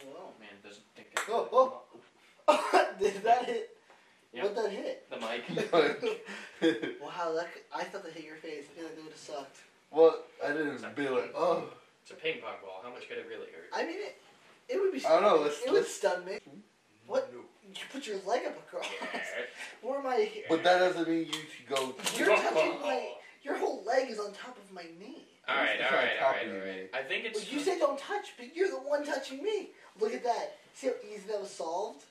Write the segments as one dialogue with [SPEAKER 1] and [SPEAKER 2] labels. [SPEAKER 1] and doesn't think I
[SPEAKER 2] Oh, oh. Did that hit?
[SPEAKER 1] Yeah.
[SPEAKER 2] What that hit?
[SPEAKER 1] the mic.
[SPEAKER 2] Wow, that could, I thought that hit your face. Man, that would have sucked.
[SPEAKER 3] well, I didn't be like, oh.
[SPEAKER 1] It's a ping pong ball. How much could it really hurt?
[SPEAKER 2] I mean, it. It would be.
[SPEAKER 3] I don't know, let's-
[SPEAKER 2] it would
[SPEAKER 3] let's-
[SPEAKER 2] stun me. What? You put your leg up across. Where am I?
[SPEAKER 3] But that doesn't mean you should go.
[SPEAKER 2] You're touching my. Your whole leg is on top of my knee.
[SPEAKER 1] All right,
[SPEAKER 3] It's
[SPEAKER 1] all
[SPEAKER 3] on
[SPEAKER 1] right, all
[SPEAKER 3] top
[SPEAKER 1] right,
[SPEAKER 3] of you,
[SPEAKER 1] all right.
[SPEAKER 3] man.
[SPEAKER 1] I think
[SPEAKER 2] Well,
[SPEAKER 1] it's.
[SPEAKER 2] you say don't touch, but you're the one touching me. Look at that. See how easy that was solved?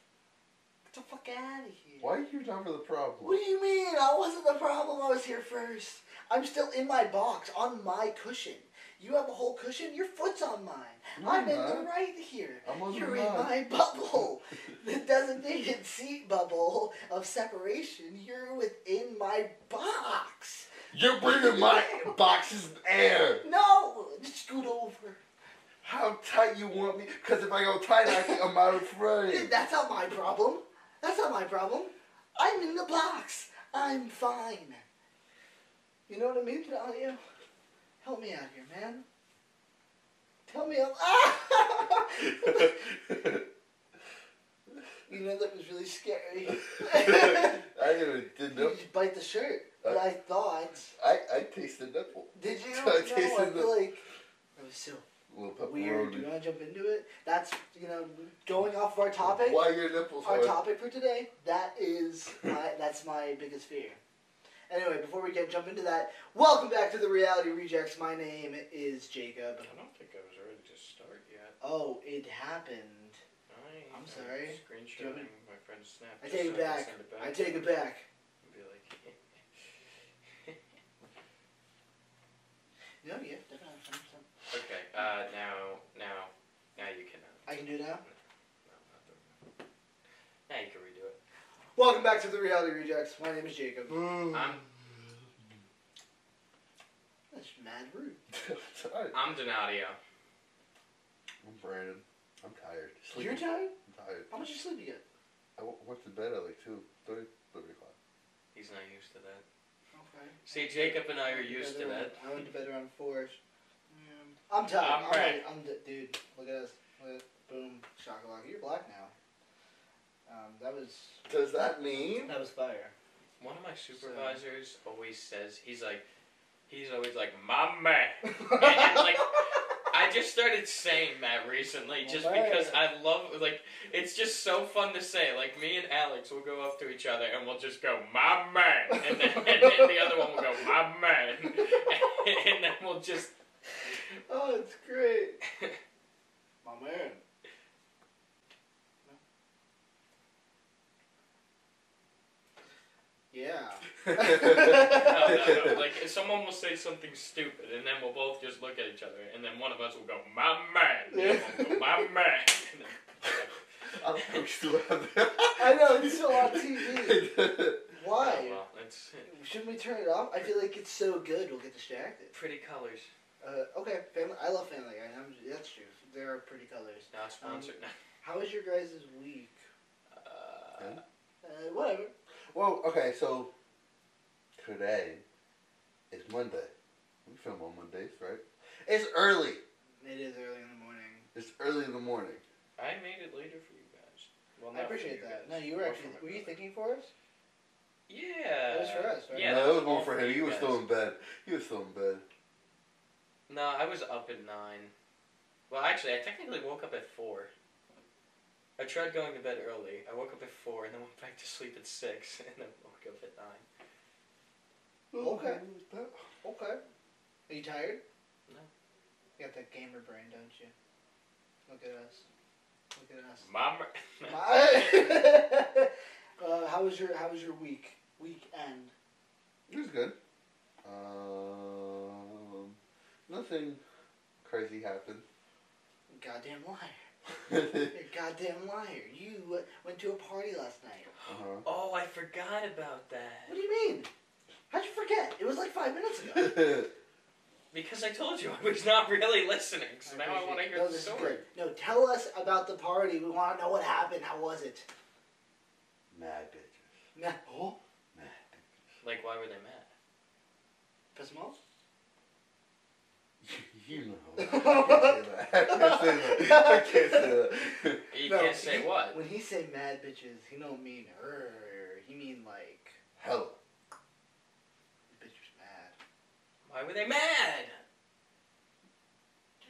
[SPEAKER 2] Get the fuck out of here.
[SPEAKER 3] Why are you talking for the problem?
[SPEAKER 2] What do you mean? I wasn't the problem. I was here first. I'm still in my box on my cushion. You have a whole cushion. Your foot's on mine.
[SPEAKER 3] No,
[SPEAKER 2] I'm
[SPEAKER 3] I'm
[SPEAKER 2] in the
[SPEAKER 3] not.
[SPEAKER 2] right here.
[SPEAKER 3] I'm on the
[SPEAKER 2] You're in my
[SPEAKER 3] right.
[SPEAKER 2] bubble. the designated seat bubble of separation. You're within my box.
[SPEAKER 3] You're bringing my boxes in air.
[SPEAKER 2] No, just scoot over.
[SPEAKER 3] How tight you want me? Because if I go tight, I think I'm out of frame.
[SPEAKER 2] That's not my problem. That's not my problem. I'm in the box. I'm fine. You know what I mean, Dalia? Help me out here, man. Tell me I'm. Ah! you know, that was really scary.
[SPEAKER 3] I didn't did
[SPEAKER 2] You
[SPEAKER 3] no.
[SPEAKER 2] just bite the shirt. But I thought.
[SPEAKER 3] I I tasted nipple.
[SPEAKER 2] Did you?
[SPEAKER 3] Uh, I
[SPEAKER 2] No, I
[SPEAKER 3] tasted the-
[SPEAKER 2] feel like. That was so
[SPEAKER 3] Little pepperoni.
[SPEAKER 2] weird. Do you want to jump into it? That's, you know, going off of our topic.
[SPEAKER 3] Why your nipples
[SPEAKER 2] our
[SPEAKER 3] hard?
[SPEAKER 2] topic for today. That is my that's my biggest fear. Anyway, before we get jump into that, welcome back to the Reality Rejects. My name is Jacob.
[SPEAKER 1] I don't think I was ready to start yet.
[SPEAKER 2] Oh, it happened.
[SPEAKER 1] I,
[SPEAKER 2] I'm sorry.
[SPEAKER 1] am screenshotting my friend's snap.
[SPEAKER 2] I
[SPEAKER 1] just
[SPEAKER 2] take it
[SPEAKER 1] so can
[SPEAKER 2] back.
[SPEAKER 1] send
[SPEAKER 2] I take
[SPEAKER 1] to
[SPEAKER 2] it
[SPEAKER 1] him
[SPEAKER 2] back.
[SPEAKER 1] and Be like,
[SPEAKER 2] No, yeah, definitely. 100%.
[SPEAKER 1] okay, uh, now, now, now you can. Uh,
[SPEAKER 2] I can do that.
[SPEAKER 1] no, not the- now you can redo it.
[SPEAKER 2] Welcome back to the Reality Rejects. My name is Jacob.
[SPEAKER 3] Mm.
[SPEAKER 1] I'm,
[SPEAKER 2] That's mad rude.
[SPEAKER 3] tired.
[SPEAKER 1] I'm Donadio.
[SPEAKER 3] I'm Brandon. I'm tired. Sleepy.
[SPEAKER 2] You're tired?
[SPEAKER 3] I'm tired.
[SPEAKER 2] How much you sleep you get?
[SPEAKER 3] I w- went to bed at like 2, 30, 30 o'clock.
[SPEAKER 1] He's not used to that.
[SPEAKER 2] Okay.
[SPEAKER 1] See, Jacob and I are
[SPEAKER 2] went to
[SPEAKER 1] used
[SPEAKER 2] bed
[SPEAKER 1] to
[SPEAKER 2] around-
[SPEAKER 1] that.
[SPEAKER 2] I went to bed around four. Yeah. I'm tired.
[SPEAKER 1] I'm
[SPEAKER 2] I'm, ready. I'm d- dude. Look at us. Look at, boom, shakalaka. You're black now. Um, that was
[SPEAKER 3] Does that mean?
[SPEAKER 2] that was fire.
[SPEAKER 1] One of my supervisors always says he's like, he's always like, "Mama." and, like, I just started saying that recently, just
[SPEAKER 2] Alright.
[SPEAKER 1] because I love like it's just so fun to say. Like me and Alex will go up to each other and we'll just go "my man," and then, and then the other one will go "my man," and then we'll just
[SPEAKER 2] oh, it's great. My man. Yeah.
[SPEAKER 1] no, no, no. like someone will say something stupid and then we'll both just look at each other and then one of us will go "my man," and the other one will go, "my man." And then-
[SPEAKER 3] I'm still have that.
[SPEAKER 2] I know it's still on TV. Why?
[SPEAKER 1] Oh, well, it's
[SPEAKER 2] Shouldn't we turn it off? I feel like it's so good. We'll get distracted.
[SPEAKER 1] pretty colors.
[SPEAKER 2] Uh, okay, family. I love Family Guy. I'm, that's true. There are pretty colors.
[SPEAKER 1] Not sponsored.
[SPEAKER 2] How was your guys' week?
[SPEAKER 1] Uh,
[SPEAKER 2] Uh, whatever.
[SPEAKER 3] well, okay, so today is Monday. We film on Mondays, right? It's early.
[SPEAKER 2] It is early in the morning.
[SPEAKER 3] It's early in the morning.
[SPEAKER 1] I made it later for you guys. Well,
[SPEAKER 2] I
[SPEAKER 1] not for
[SPEAKER 2] appreciate
[SPEAKER 1] you
[SPEAKER 2] that.
[SPEAKER 1] guys,
[SPEAKER 2] No, you were
[SPEAKER 1] more
[SPEAKER 2] actually.
[SPEAKER 1] for my
[SPEAKER 2] Were you
[SPEAKER 1] brother.
[SPEAKER 2] thinking for us?
[SPEAKER 1] Yeah.
[SPEAKER 2] That was for us, right?
[SPEAKER 1] Yeah,
[SPEAKER 3] no,
[SPEAKER 1] that
[SPEAKER 3] it
[SPEAKER 1] was
[SPEAKER 3] was
[SPEAKER 1] all
[SPEAKER 3] more for
[SPEAKER 1] for
[SPEAKER 3] him.
[SPEAKER 1] you
[SPEAKER 3] He was
[SPEAKER 1] guys.
[SPEAKER 3] still in bed. He was still in bed.
[SPEAKER 1] No, I was up at nine. Well, actually, I technically woke up at four. I tried going to bed early. I woke up at four and then went back to sleep at six and then woke up at nine.
[SPEAKER 2] Okay. Okay. Are you tired?
[SPEAKER 1] No.
[SPEAKER 2] You got that gamer brain, don't you? Look at us. Look at us.
[SPEAKER 1] Mom.
[SPEAKER 2] My- uh, how was your How was your week? Weekend.
[SPEAKER 3] It was good. Um, nothing crazy happened.
[SPEAKER 2] Goddamn liar.
[SPEAKER 3] uh-huh.
[SPEAKER 2] You're a goddamn liar. You went to a party last night.
[SPEAKER 1] oh, I forgot about that.
[SPEAKER 2] What do you mean? How'd you forget? It was like five minutes ago.
[SPEAKER 1] Because I told you I was not really listening. So now I
[SPEAKER 2] appreciate
[SPEAKER 1] want to
[SPEAKER 2] it.
[SPEAKER 1] hear
[SPEAKER 2] No,
[SPEAKER 1] the
[SPEAKER 2] this is
[SPEAKER 1] story.
[SPEAKER 2] good. No, tell us about the party. We want to know what happened. How was it?
[SPEAKER 3] Mad bitches.
[SPEAKER 2] Nah. Oh,
[SPEAKER 3] Mad.
[SPEAKER 1] Like, why were they mad?
[SPEAKER 2] piss him off?
[SPEAKER 3] bitches. You know. I can't say that. I can't say that. I can't say that.
[SPEAKER 1] You
[SPEAKER 2] No,
[SPEAKER 1] can't say
[SPEAKER 2] he-
[SPEAKER 1] what.
[SPEAKER 2] When he say mad bitches, he don't mean her. He mean like
[SPEAKER 3] Hella.
[SPEAKER 2] the bitch was mad.
[SPEAKER 1] Why were they mad?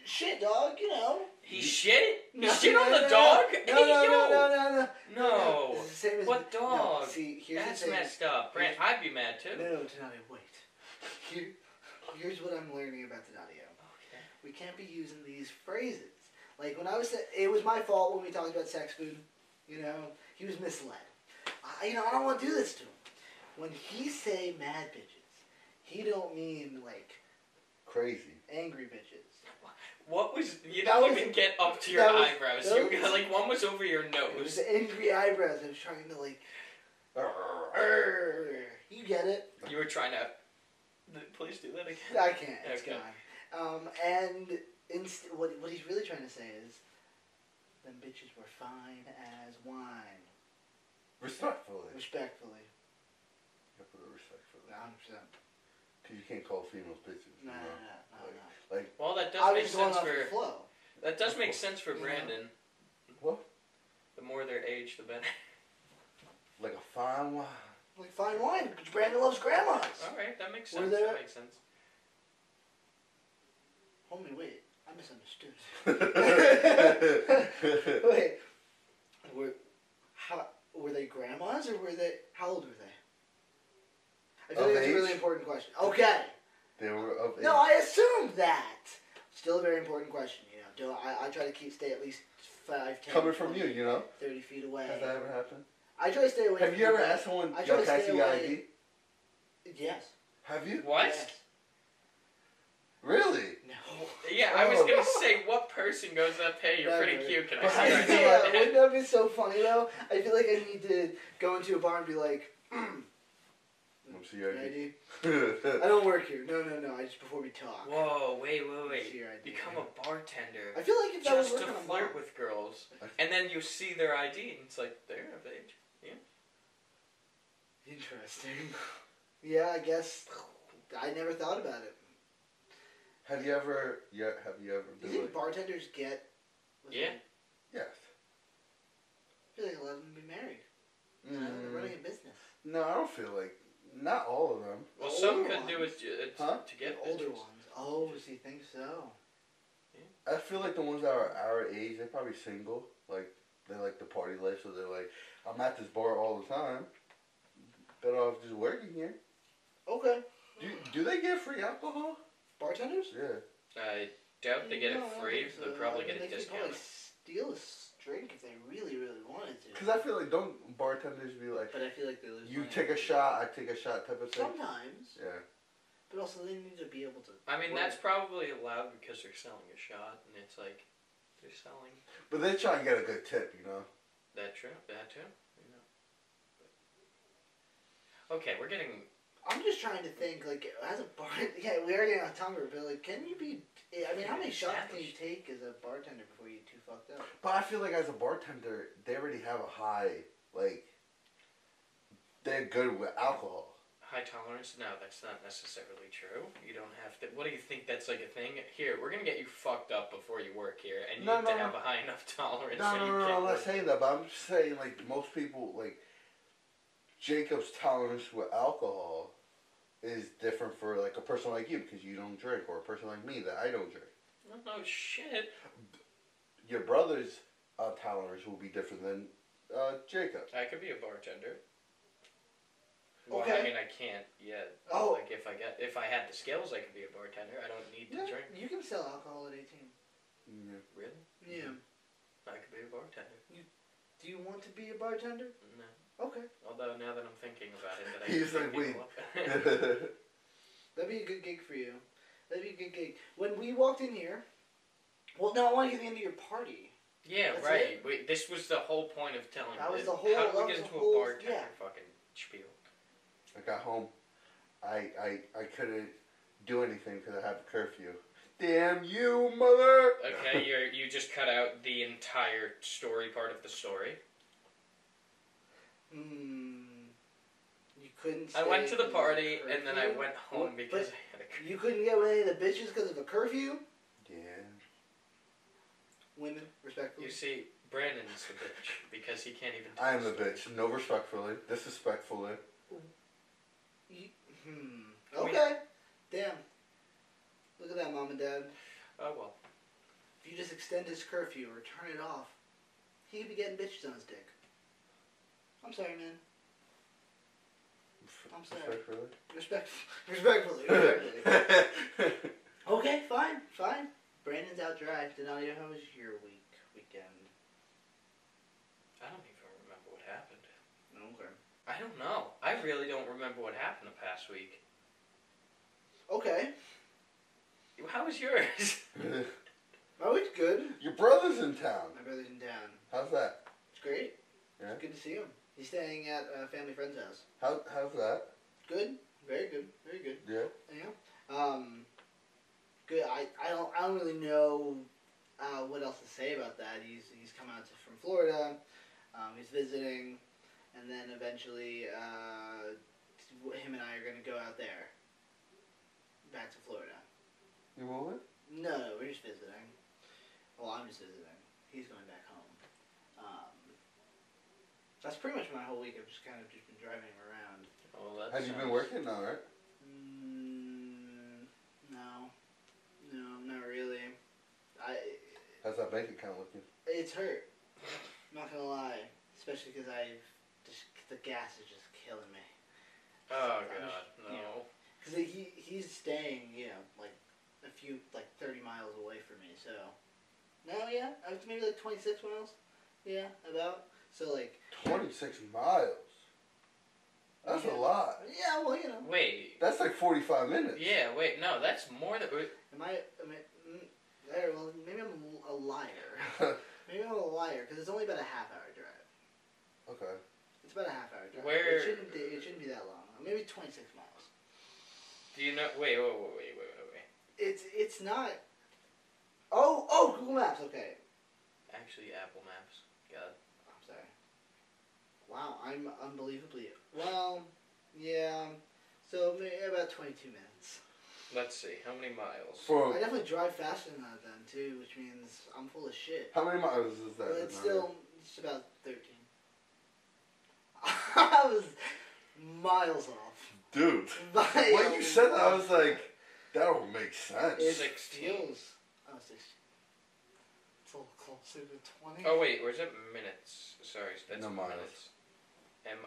[SPEAKER 2] Shit, dog. You know.
[SPEAKER 1] He
[SPEAKER 3] You-
[SPEAKER 1] shit? He
[SPEAKER 2] No,
[SPEAKER 1] shit on
[SPEAKER 2] no,
[SPEAKER 1] the
[SPEAKER 2] no,
[SPEAKER 1] dog?
[SPEAKER 2] No,
[SPEAKER 1] Hey,
[SPEAKER 2] no, no,
[SPEAKER 1] yo.
[SPEAKER 2] no, no, no, no.
[SPEAKER 1] No.
[SPEAKER 2] It's the same as-
[SPEAKER 1] What
[SPEAKER 2] no,
[SPEAKER 1] dog?
[SPEAKER 2] see, here's
[SPEAKER 1] That's
[SPEAKER 2] the thing.
[SPEAKER 1] messed up. Brent, I'd be mad too.
[SPEAKER 2] No, no, Donadio, wait. Here, here's what I'm learning about Donadio.
[SPEAKER 1] Okay.
[SPEAKER 2] We can't be using these phrases. Like when I was, it was my fault when we talked about sex food. You know, he was misled. I, you know, I don't want to do this to him. When he say mad bitches, he don't mean like
[SPEAKER 3] Crazy.
[SPEAKER 2] angry bitches.
[SPEAKER 1] What was you
[SPEAKER 2] That
[SPEAKER 1] don't
[SPEAKER 2] was-
[SPEAKER 1] even get up to your
[SPEAKER 2] that was-
[SPEAKER 1] eyebrows.
[SPEAKER 2] that
[SPEAKER 1] You
[SPEAKER 2] was-
[SPEAKER 1] got like one was over your
[SPEAKER 2] It was
[SPEAKER 1] nose.
[SPEAKER 2] angry eyebrows. I was trying to like, "Arr." you get it.
[SPEAKER 1] You were trying to please do that again.
[SPEAKER 2] I can't. It's
[SPEAKER 1] Okay.
[SPEAKER 2] gone. Um, and inst- what what he's really trying to say is, them bitches were fine as wine,
[SPEAKER 3] Respectfully.
[SPEAKER 2] respectfully.
[SPEAKER 3] You gotta put it respectfully.
[SPEAKER 2] A hundred percent.
[SPEAKER 3] Because you can't call females bitches. you
[SPEAKER 2] No, no,
[SPEAKER 3] know?
[SPEAKER 2] no, no, no.
[SPEAKER 1] Well that
[SPEAKER 2] I
[SPEAKER 1] does make
[SPEAKER 2] was going
[SPEAKER 1] sense
[SPEAKER 2] off the
[SPEAKER 1] for
[SPEAKER 2] flow.
[SPEAKER 1] that does make sense for
[SPEAKER 2] Yeah.
[SPEAKER 1] Brandon.
[SPEAKER 3] What?
[SPEAKER 1] The more their age the better.
[SPEAKER 3] Like a fine wine.
[SPEAKER 2] Like fine wine. Brandon loves grandmas.
[SPEAKER 1] Alright, that makes
[SPEAKER 2] Were
[SPEAKER 1] sense.
[SPEAKER 2] there-
[SPEAKER 1] That makes sense.
[SPEAKER 2] Homie, wait. I misunderstood.
[SPEAKER 3] I
[SPEAKER 2] wait. Were how were they grandmas or were they how old were they? I feel
[SPEAKER 3] Of
[SPEAKER 2] like that's a really
[SPEAKER 3] age?
[SPEAKER 2] important question. Okay.
[SPEAKER 3] they were of
[SPEAKER 2] No, I
[SPEAKER 3] age.
[SPEAKER 2] assumed that. Still a very important question, you know. Do I, I try to keep stay at least five, ten,
[SPEAKER 3] Coming from you,
[SPEAKER 2] 20,
[SPEAKER 3] you know?
[SPEAKER 2] thirty feet away.
[SPEAKER 3] Has that ever happened?
[SPEAKER 2] I try to stay away.
[SPEAKER 3] Have
[SPEAKER 2] from
[SPEAKER 3] you ever
[SPEAKER 2] people-
[SPEAKER 3] asked someone,
[SPEAKER 2] I try
[SPEAKER 3] yo,
[SPEAKER 2] to
[SPEAKER 3] can I
[SPEAKER 2] stay
[SPEAKER 3] see your
[SPEAKER 2] away-
[SPEAKER 3] ID?
[SPEAKER 2] Yes.
[SPEAKER 3] Have you?
[SPEAKER 1] What?
[SPEAKER 2] Yes.
[SPEAKER 3] Really?
[SPEAKER 2] No.
[SPEAKER 1] Yeah, I was
[SPEAKER 3] Oh.
[SPEAKER 1] gonna say what person goes up, hey, you're pretty
[SPEAKER 2] Never.
[SPEAKER 1] cute, can I
[SPEAKER 3] But
[SPEAKER 1] see
[SPEAKER 3] I
[SPEAKER 1] your
[SPEAKER 3] feel
[SPEAKER 2] yeah,
[SPEAKER 1] ID?
[SPEAKER 2] wouldn't that be so funny though? I feel like I need to go into a bar and be like, mm,
[SPEAKER 3] Let me see your ID.
[SPEAKER 2] ID. I don't work here. No, no, no. I just before we talk.
[SPEAKER 1] Whoa, wait, wait,
[SPEAKER 2] Let me see
[SPEAKER 1] wait.
[SPEAKER 2] your ID.
[SPEAKER 1] Become a bartender.
[SPEAKER 2] I feel like if that was
[SPEAKER 1] Just to
[SPEAKER 2] working on
[SPEAKER 1] flirt with girls. And then you see their ID and it's like, they're of age.
[SPEAKER 2] Interesting. yeah, I guess I never thought about it.
[SPEAKER 3] have you ever, yeah, have you ever
[SPEAKER 2] Do
[SPEAKER 3] been
[SPEAKER 2] you think
[SPEAKER 3] like,
[SPEAKER 2] bartenders get?
[SPEAKER 1] Yeah.
[SPEAKER 3] yes.
[SPEAKER 2] I feel like a lot of them be married. You know, They're running
[SPEAKER 3] Mm,
[SPEAKER 2] a business.
[SPEAKER 3] no, I don't feel like, not all of them.
[SPEAKER 1] Well,
[SPEAKER 2] The
[SPEAKER 1] some
[SPEAKER 2] older
[SPEAKER 1] could do it
[SPEAKER 2] ones.
[SPEAKER 1] to, it's
[SPEAKER 3] Huh?
[SPEAKER 1] to
[SPEAKER 2] The
[SPEAKER 1] get
[SPEAKER 2] older
[SPEAKER 1] bitches.
[SPEAKER 2] ones. Oh, so you think so?
[SPEAKER 3] I feel like the ones that are our age, they're probably single. Like they like the party life, so they're like, I'm at this bar all the time. Better off just working here.
[SPEAKER 2] Okay.
[SPEAKER 3] Do do they get free alcohol?
[SPEAKER 2] Bartenders?
[SPEAKER 3] Yeah.
[SPEAKER 1] I doubt they get
[SPEAKER 2] No, I
[SPEAKER 1] it
[SPEAKER 2] don't
[SPEAKER 1] free.
[SPEAKER 2] think so.
[SPEAKER 1] They'll probably
[SPEAKER 2] I
[SPEAKER 1] get
[SPEAKER 2] mean,
[SPEAKER 1] it
[SPEAKER 2] they could
[SPEAKER 1] discounted.
[SPEAKER 2] probably steal a s- drink if they really, really wanted to.
[SPEAKER 3] Cause I feel like don't bartenders be like,
[SPEAKER 2] But I feel like they lose.
[SPEAKER 3] you
[SPEAKER 2] money.
[SPEAKER 3] take a shot, I take a shot type of thing.
[SPEAKER 2] Sometimes,
[SPEAKER 3] Yeah.
[SPEAKER 2] but also they need to be able to.
[SPEAKER 1] I mean,
[SPEAKER 2] work.
[SPEAKER 1] that's probably allowed because they're selling a shot, and it's like they're selling
[SPEAKER 3] But they try and get a good tip, you know.
[SPEAKER 1] that true, that too. You know. Okay, we're getting.
[SPEAKER 2] I'm just trying to think, like, as a bar, yeah, we are getting off topic, but like, can you be? I mean, how many shots can you take as a bartender before you get too fucked up?
[SPEAKER 3] But I feel like as a bartender, they already have a high like. They're good with alcohol.
[SPEAKER 1] High tolerance? No, that's not necessarily true. You don't have to. What do you think? That's like a thing. Here, we're gonna get you fucked up before you work here, and you
[SPEAKER 3] No,
[SPEAKER 1] need
[SPEAKER 3] no,
[SPEAKER 1] to
[SPEAKER 3] no.
[SPEAKER 1] have a high enough tolerance.
[SPEAKER 3] No,
[SPEAKER 1] so
[SPEAKER 3] no,
[SPEAKER 1] you
[SPEAKER 3] no, no,
[SPEAKER 1] can't
[SPEAKER 3] I'm not
[SPEAKER 1] work.
[SPEAKER 3] saying that, but I'm just saying, like, most people, like, Jacob's tolerance with alcohol is different for, like, a person like you because you don't drink, or a person like me that I don't drink.
[SPEAKER 1] No, no Oh, shit.
[SPEAKER 3] Your brother's uh, tolerance will be different than uh, Jacob's.
[SPEAKER 1] I could be a bartender. Well, I
[SPEAKER 2] Okay.
[SPEAKER 1] mean, I can't yet.
[SPEAKER 2] Oh.
[SPEAKER 1] Like if I got if I had the skills, I could be a bartender. I don't need to
[SPEAKER 2] Yeah,
[SPEAKER 1] drink.
[SPEAKER 2] you can sell alcohol at 18.
[SPEAKER 3] Yeah.
[SPEAKER 1] Really?
[SPEAKER 2] Yeah.
[SPEAKER 1] I could be a bartender.
[SPEAKER 2] Do you want to be a bartender?
[SPEAKER 1] No.
[SPEAKER 2] Okay,
[SPEAKER 1] Although now that I'm thinking about it, that I
[SPEAKER 3] He's
[SPEAKER 1] could
[SPEAKER 3] like,
[SPEAKER 1] pick people up.
[SPEAKER 2] that'd be a good gig for you. That'd be a good gig. When we walked in here, well, no, I want to get into your party.
[SPEAKER 1] yeah,
[SPEAKER 2] That's
[SPEAKER 1] right. Wait, this was the whole point of telling.
[SPEAKER 2] That was
[SPEAKER 1] it.
[SPEAKER 2] the whole-
[SPEAKER 1] How do
[SPEAKER 2] that
[SPEAKER 1] we
[SPEAKER 2] was
[SPEAKER 1] get
[SPEAKER 2] the
[SPEAKER 1] into
[SPEAKER 2] whole-
[SPEAKER 1] a bartender
[SPEAKER 2] yeah.
[SPEAKER 1] fucking spiel?
[SPEAKER 3] I got home. I, I, I couldn't do anything because I had a curfew. Damn you, mother!
[SPEAKER 1] Okay, you are you just cut out the entire story part of the story.
[SPEAKER 2] Hmm. You couldn't.
[SPEAKER 1] I went to
[SPEAKER 2] stay
[SPEAKER 1] the
[SPEAKER 2] in
[SPEAKER 1] party and then I
[SPEAKER 2] curfew?
[SPEAKER 1] went home
[SPEAKER 2] What-
[SPEAKER 1] because
[SPEAKER 2] but
[SPEAKER 1] I had a.
[SPEAKER 2] You couldn't get with any of the bitches because of a curfew.
[SPEAKER 3] Yeah.
[SPEAKER 2] women, respectfully.
[SPEAKER 1] You see, Brandon's the bitch because he can't even.
[SPEAKER 3] I am the
[SPEAKER 1] taste it.
[SPEAKER 3] bitch. No respectfully, disrespectfully.
[SPEAKER 2] Hmm.
[SPEAKER 1] I mean-
[SPEAKER 2] Okay. Damn. Look at that, mom and dad.
[SPEAKER 1] Oh well.
[SPEAKER 2] If you just extend his curfew or turn it off, he could be getting bitches on his dick. I'm sorry, man. I'm sorry.
[SPEAKER 3] Respectfully.
[SPEAKER 2] Respect, respectfully. respectfully. okay, fine, fine. Brandon's out dry. Denalia, how was your week, weekend?
[SPEAKER 1] I don't even remember what happened.
[SPEAKER 2] Okay.
[SPEAKER 1] I don't know. I really don't remember what happened the past week.
[SPEAKER 2] Okay.
[SPEAKER 1] How was yours?
[SPEAKER 2] My week's good.
[SPEAKER 3] Your brother's in town.
[SPEAKER 2] My brother's in town.
[SPEAKER 3] How's that?
[SPEAKER 2] It's great.
[SPEAKER 3] Yeah.
[SPEAKER 2] It's good to see him. He's staying at a family friend's house.
[SPEAKER 3] How, how's that?
[SPEAKER 2] Good. Very good. Very good.
[SPEAKER 3] Yeah.
[SPEAKER 2] Um, good. I, I don't I don't really know uh, what else to say about that. He's he's come out to, from Florida. Um, he's visiting, and then eventually uh, him and I are gonna go out there. Back to Florida.
[SPEAKER 3] You moving?
[SPEAKER 2] No, no, we're just visiting. Well, I'm just visiting. He's going back home. Um, that's pretty much my whole week. I've just kind of just been driving him around.
[SPEAKER 1] Oh, that
[SPEAKER 3] Have you been
[SPEAKER 1] sounds-
[SPEAKER 3] working? All right.
[SPEAKER 2] Mm, no, no, not really. I
[SPEAKER 3] How's that bank account looking?
[SPEAKER 2] it's hurt. I'm not gonna lie, especially because I just the gas is just killing me.
[SPEAKER 1] Oh
[SPEAKER 2] I'm
[SPEAKER 1] god,
[SPEAKER 2] just-
[SPEAKER 1] no.
[SPEAKER 2] Cause he he's staying, you know, like a few like thirty miles away from me. So no, yeah, I was maybe like twenty six miles. Yeah, about. So like
[SPEAKER 3] Twenty six miles. That's a lot.
[SPEAKER 2] yeah, well you know,
[SPEAKER 1] Wait.
[SPEAKER 3] That's like forty five minutes.
[SPEAKER 1] Yeah, wait, no, that's more than.
[SPEAKER 2] am I am I mm, there? Well, maybe I'm a liar. Maybe I'm a liar because it's only about a half hour drive.
[SPEAKER 3] okay.
[SPEAKER 2] It's about a half hour drive.
[SPEAKER 1] Where-
[SPEAKER 2] It shouldn't, be, it shouldn't be that long. Maybe 26 miles.
[SPEAKER 1] Do you know? Wait, wait, wait, wait, wait, wait, wait.
[SPEAKER 2] It's it's not. Oh oh Google Maps. Okay.
[SPEAKER 1] Actually, Apple Maps. God.
[SPEAKER 2] I'm sorry. Wow, I'm unbelievably well. Yeah. So maybe about 22 minutes.
[SPEAKER 1] Let's see, how many miles?
[SPEAKER 2] I
[SPEAKER 3] For
[SPEAKER 2] definitely drive faster than that then too, which means I'm full of shit.
[SPEAKER 3] how many miles is that?
[SPEAKER 2] But it's
[SPEAKER 3] Denali?
[SPEAKER 2] still it's about 13. I was miles off.
[SPEAKER 3] Dude. When you
[SPEAKER 2] Miles
[SPEAKER 3] said that, I
[SPEAKER 2] off.
[SPEAKER 3] was like, that don't make sense.
[SPEAKER 2] It
[SPEAKER 1] 16.
[SPEAKER 2] feels. Oh, 16. It's a little closer to 20.
[SPEAKER 1] Oh wait, where's that minutes? Sorry, that's
[SPEAKER 3] No miles.
[SPEAKER 1] minutes. M-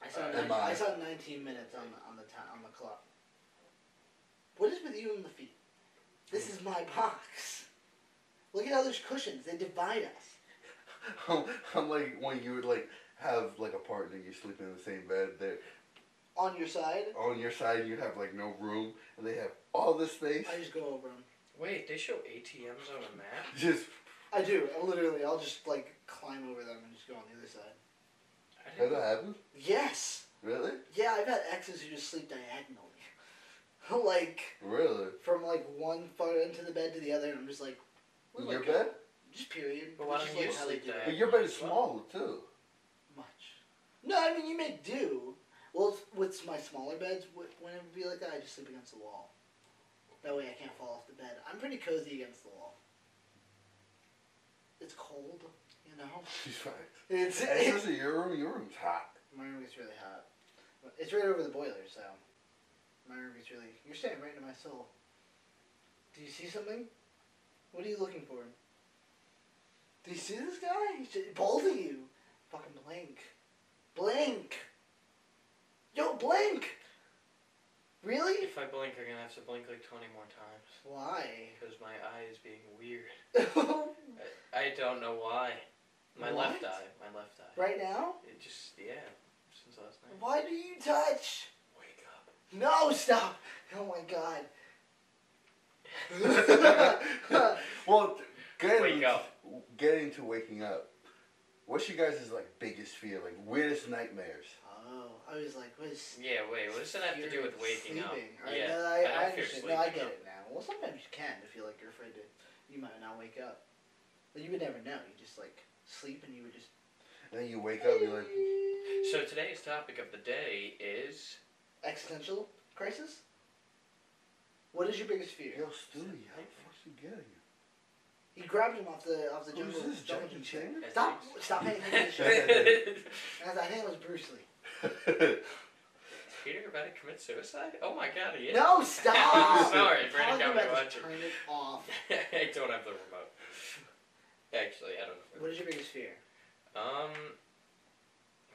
[SPEAKER 2] I saw,
[SPEAKER 1] uh,
[SPEAKER 2] 19,
[SPEAKER 3] am I?
[SPEAKER 2] I saw 19 minutes on the, on the time on the clock. What is with you and the feet? This is my box. Look at all those cushions. They divide us.
[SPEAKER 3] I'm, I'm like when you would like have like a partner, you sleep in the same bed. They're
[SPEAKER 2] On your side,
[SPEAKER 3] on your side. You have like no room, and they have all this space.
[SPEAKER 2] I just go over them.
[SPEAKER 1] wait, they show ATMs on a map.
[SPEAKER 3] Just
[SPEAKER 2] I do. I literally, I'll just like climb over them and just go on the other side.
[SPEAKER 1] I
[SPEAKER 3] has
[SPEAKER 1] didn't
[SPEAKER 3] that happened?
[SPEAKER 2] Yes.
[SPEAKER 3] Really?
[SPEAKER 2] Yeah, I've had exes who just sleep diagonally. like
[SPEAKER 3] Really?
[SPEAKER 2] from like one foot into the bed to the other, and I'm just like.
[SPEAKER 3] In
[SPEAKER 1] Well,
[SPEAKER 3] your
[SPEAKER 1] like
[SPEAKER 3] bed?
[SPEAKER 2] Just period.
[SPEAKER 1] But why
[SPEAKER 2] Which
[SPEAKER 1] don't
[SPEAKER 2] is, like,
[SPEAKER 1] you
[SPEAKER 2] how they
[SPEAKER 1] sleep
[SPEAKER 2] do it.
[SPEAKER 1] there?
[SPEAKER 3] But your bed is small too.
[SPEAKER 2] Much. No, I mean you may do. Well, it's- with my smaller beds, wh- when it would be like that, I just sleep against the wall. That way I can't fall off the bed. I'm pretty cozy against the wall. It's cold, you know.
[SPEAKER 3] She's fine.
[SPEAKER 2] It's
[SPEAKER 3] Access to your room. Your room's hot.
[SPEAKER 2] my room gets really hot. But It's right over the boiler, so my room gets really. You're staring right into my soul. Do you see something? What are you looking for? Do you see this guy? He's just- both of you. Fucking blink, blink. Yo, blink. Really?
[SPEAKER 1] If I blink, I'm gonna have to blink like 20 more times
[SPEAKER 2] Why?
[SPEAKER 1] because my eye is being weird. I don't know why. My left
[SPEAKER 2] What?
[SPEAKER 1] eye. My left eye.
[SPEAKER 2] right now?
[SPEAKER 1] It just yeah. Since last night.
[SPEAKER 2] Why do you touch?
[SPEAKER 1] Wake up.
[SPEAKER 2] No, stop! Oh my god.
[SPEAKER 3] well, th- getting
[SPEAKER 1] Wake up.
[SPEAKER 3] Getting to waking up. What's your guys' like biggest fear? Like weirdest nightmares?
[SPEAKER 2] Oh, I was like, what is
[SPEAKER 1] Yeah, wait. What does that have to do with waking
[SPEAKER 2] sleeping.
[SPEAKER 1] up?
[SPEAKER 2] I,
[SPEAKER 1] Yeah,
[SPEAKER 2] no, I,
[SPEAKER 1] I don't
[SPEAKER 2] I,
[SPEAKER 1] fear
[SPEAKER 2] understand. No, I
[SPEAKER 1] sleeping
[SPEAKER 2] get
[SPEAKER 1] up.
[SPEAKER 2] it now. Well, sometimes you can if you like you're afraid to. You might not wake up, but you would never know. You just like sleep and you would just.
[SPEAKER 3] And then you wake up, you're like,
[SPEAKER 1] So today's topic of the day is
[SPEAKER 2] existential crisis. What is your biggest fear?
[SPEAKER 3] Yo, Stewie, how the fuck's he getting?
[SPEAKER 2] He grabbed him off the off the
[SPEAKER 3] Who's
[SPEAKER 2] jungle.
[SPEAKER 3] this,
[SPEAKER 2] jungle
[SPEAKER 3] Jackie
[SPEAKER 2] gym.
[SPEAKER 3] Chan?
[SPEAKER 1] That's
[SPEAKER 2] Stop!
[SPEAKER 1] nice.
[SPEAKER 2] Stop paying attention. to shit. I was- I think it was Bruce Lee.
[SPEAKER 1] Is Peter about to commit suicide? Oh my god, he is.
[SPEAKER 2] No, stop!
[SPEAKER 1] Sorry,
[SPEAKER 2] How
[SPEAKER 1] Brandon got
[SPEAKER 2] you
[SPEAKER 1] me
[SPEAKER 2] about to
[SPEAKER 1] watching.
[SPEAKER 2] Turn it off.
[SPEAKER 1] I don't have the remote. Actually, I don't know.
[SPEAKER 2] What is your biggest fear?
[SPEAKER 1] Um,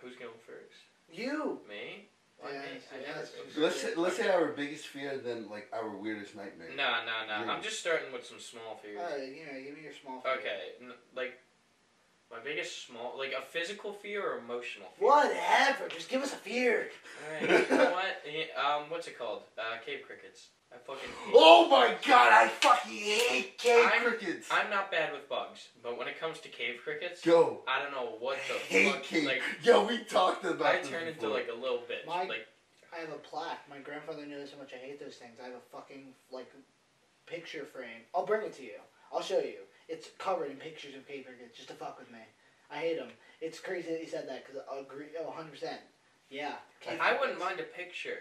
[SPEAKER 1] who's going first?
[SPEAKER 2] You.
[SPEAKER 1] Me?
[SPEAKER 2] Yeah,
[SPEAKER 1] Why me?
[SPEAKER 2] yeah,
[SPEAKER 1] I never
[SPEAKER 2] that's
[SPEAKER 1] go
[SPEAKER 2] just-
[SPEAKER 3] let's say, let's say our biggest fear, then like our weirdest nightmare.
[SPEAKER 1] No, no, no. I'm
[SPEAKER 3] You.
[SPEAKER 1] just starting with some small fears.
[SPEAKER 2] Uh, you know, give me your small. Fear.
[SPEAKER 1] Okay, n- like my biggest small, like a physical fear or emotional fear.
[SPEAKER 2] Whatever. Just give us a fear.
[SPEAKER 1] All right. You know what? Yeah, Um, what's it called? Uh, cave crickets. I fucking. hate-
[SPEAKER 3] Oh my god, I fucking hate cave
[SPEAKER 1] I'm-
[SPEAKER 3] crickets.
[SPEAKER 1] I'm not bad with bugs, but when it comes to cave crickets,
[SPEAKER 3] Yo,
[SPEAKER 1] I don't know what the
[SPEAKER 3] hate
[SPEAKER 1] fuck.
[SPEAKER 3] cave.
[SPEAKER 1] Like
[SPEAKER 3] Yo, we talked about
[SPEAKER 1] I
[SPEAKER 3] this
[SPEAKER 1] turn into
[SPEAKER 3] before.
[SPEAKER 1] like a little bitch.
[SPEAKER 2] My-
[SPEAKER 1] like
[SPEAKER 2] I have a plaque. My grandfather knows how much I hate those things. I have a fucking like picture frame. I'll bring it to you. I'll show you. It's covered in pictures of cave crickets just to fuck with me. I hate them. It's crazy that he said that because I agree oh, 100%. Yeah. cave
[SPEAKER 1] I wouldn't
[SPEAKER 2] crickets.
[SPEAKER 1] mind a picture,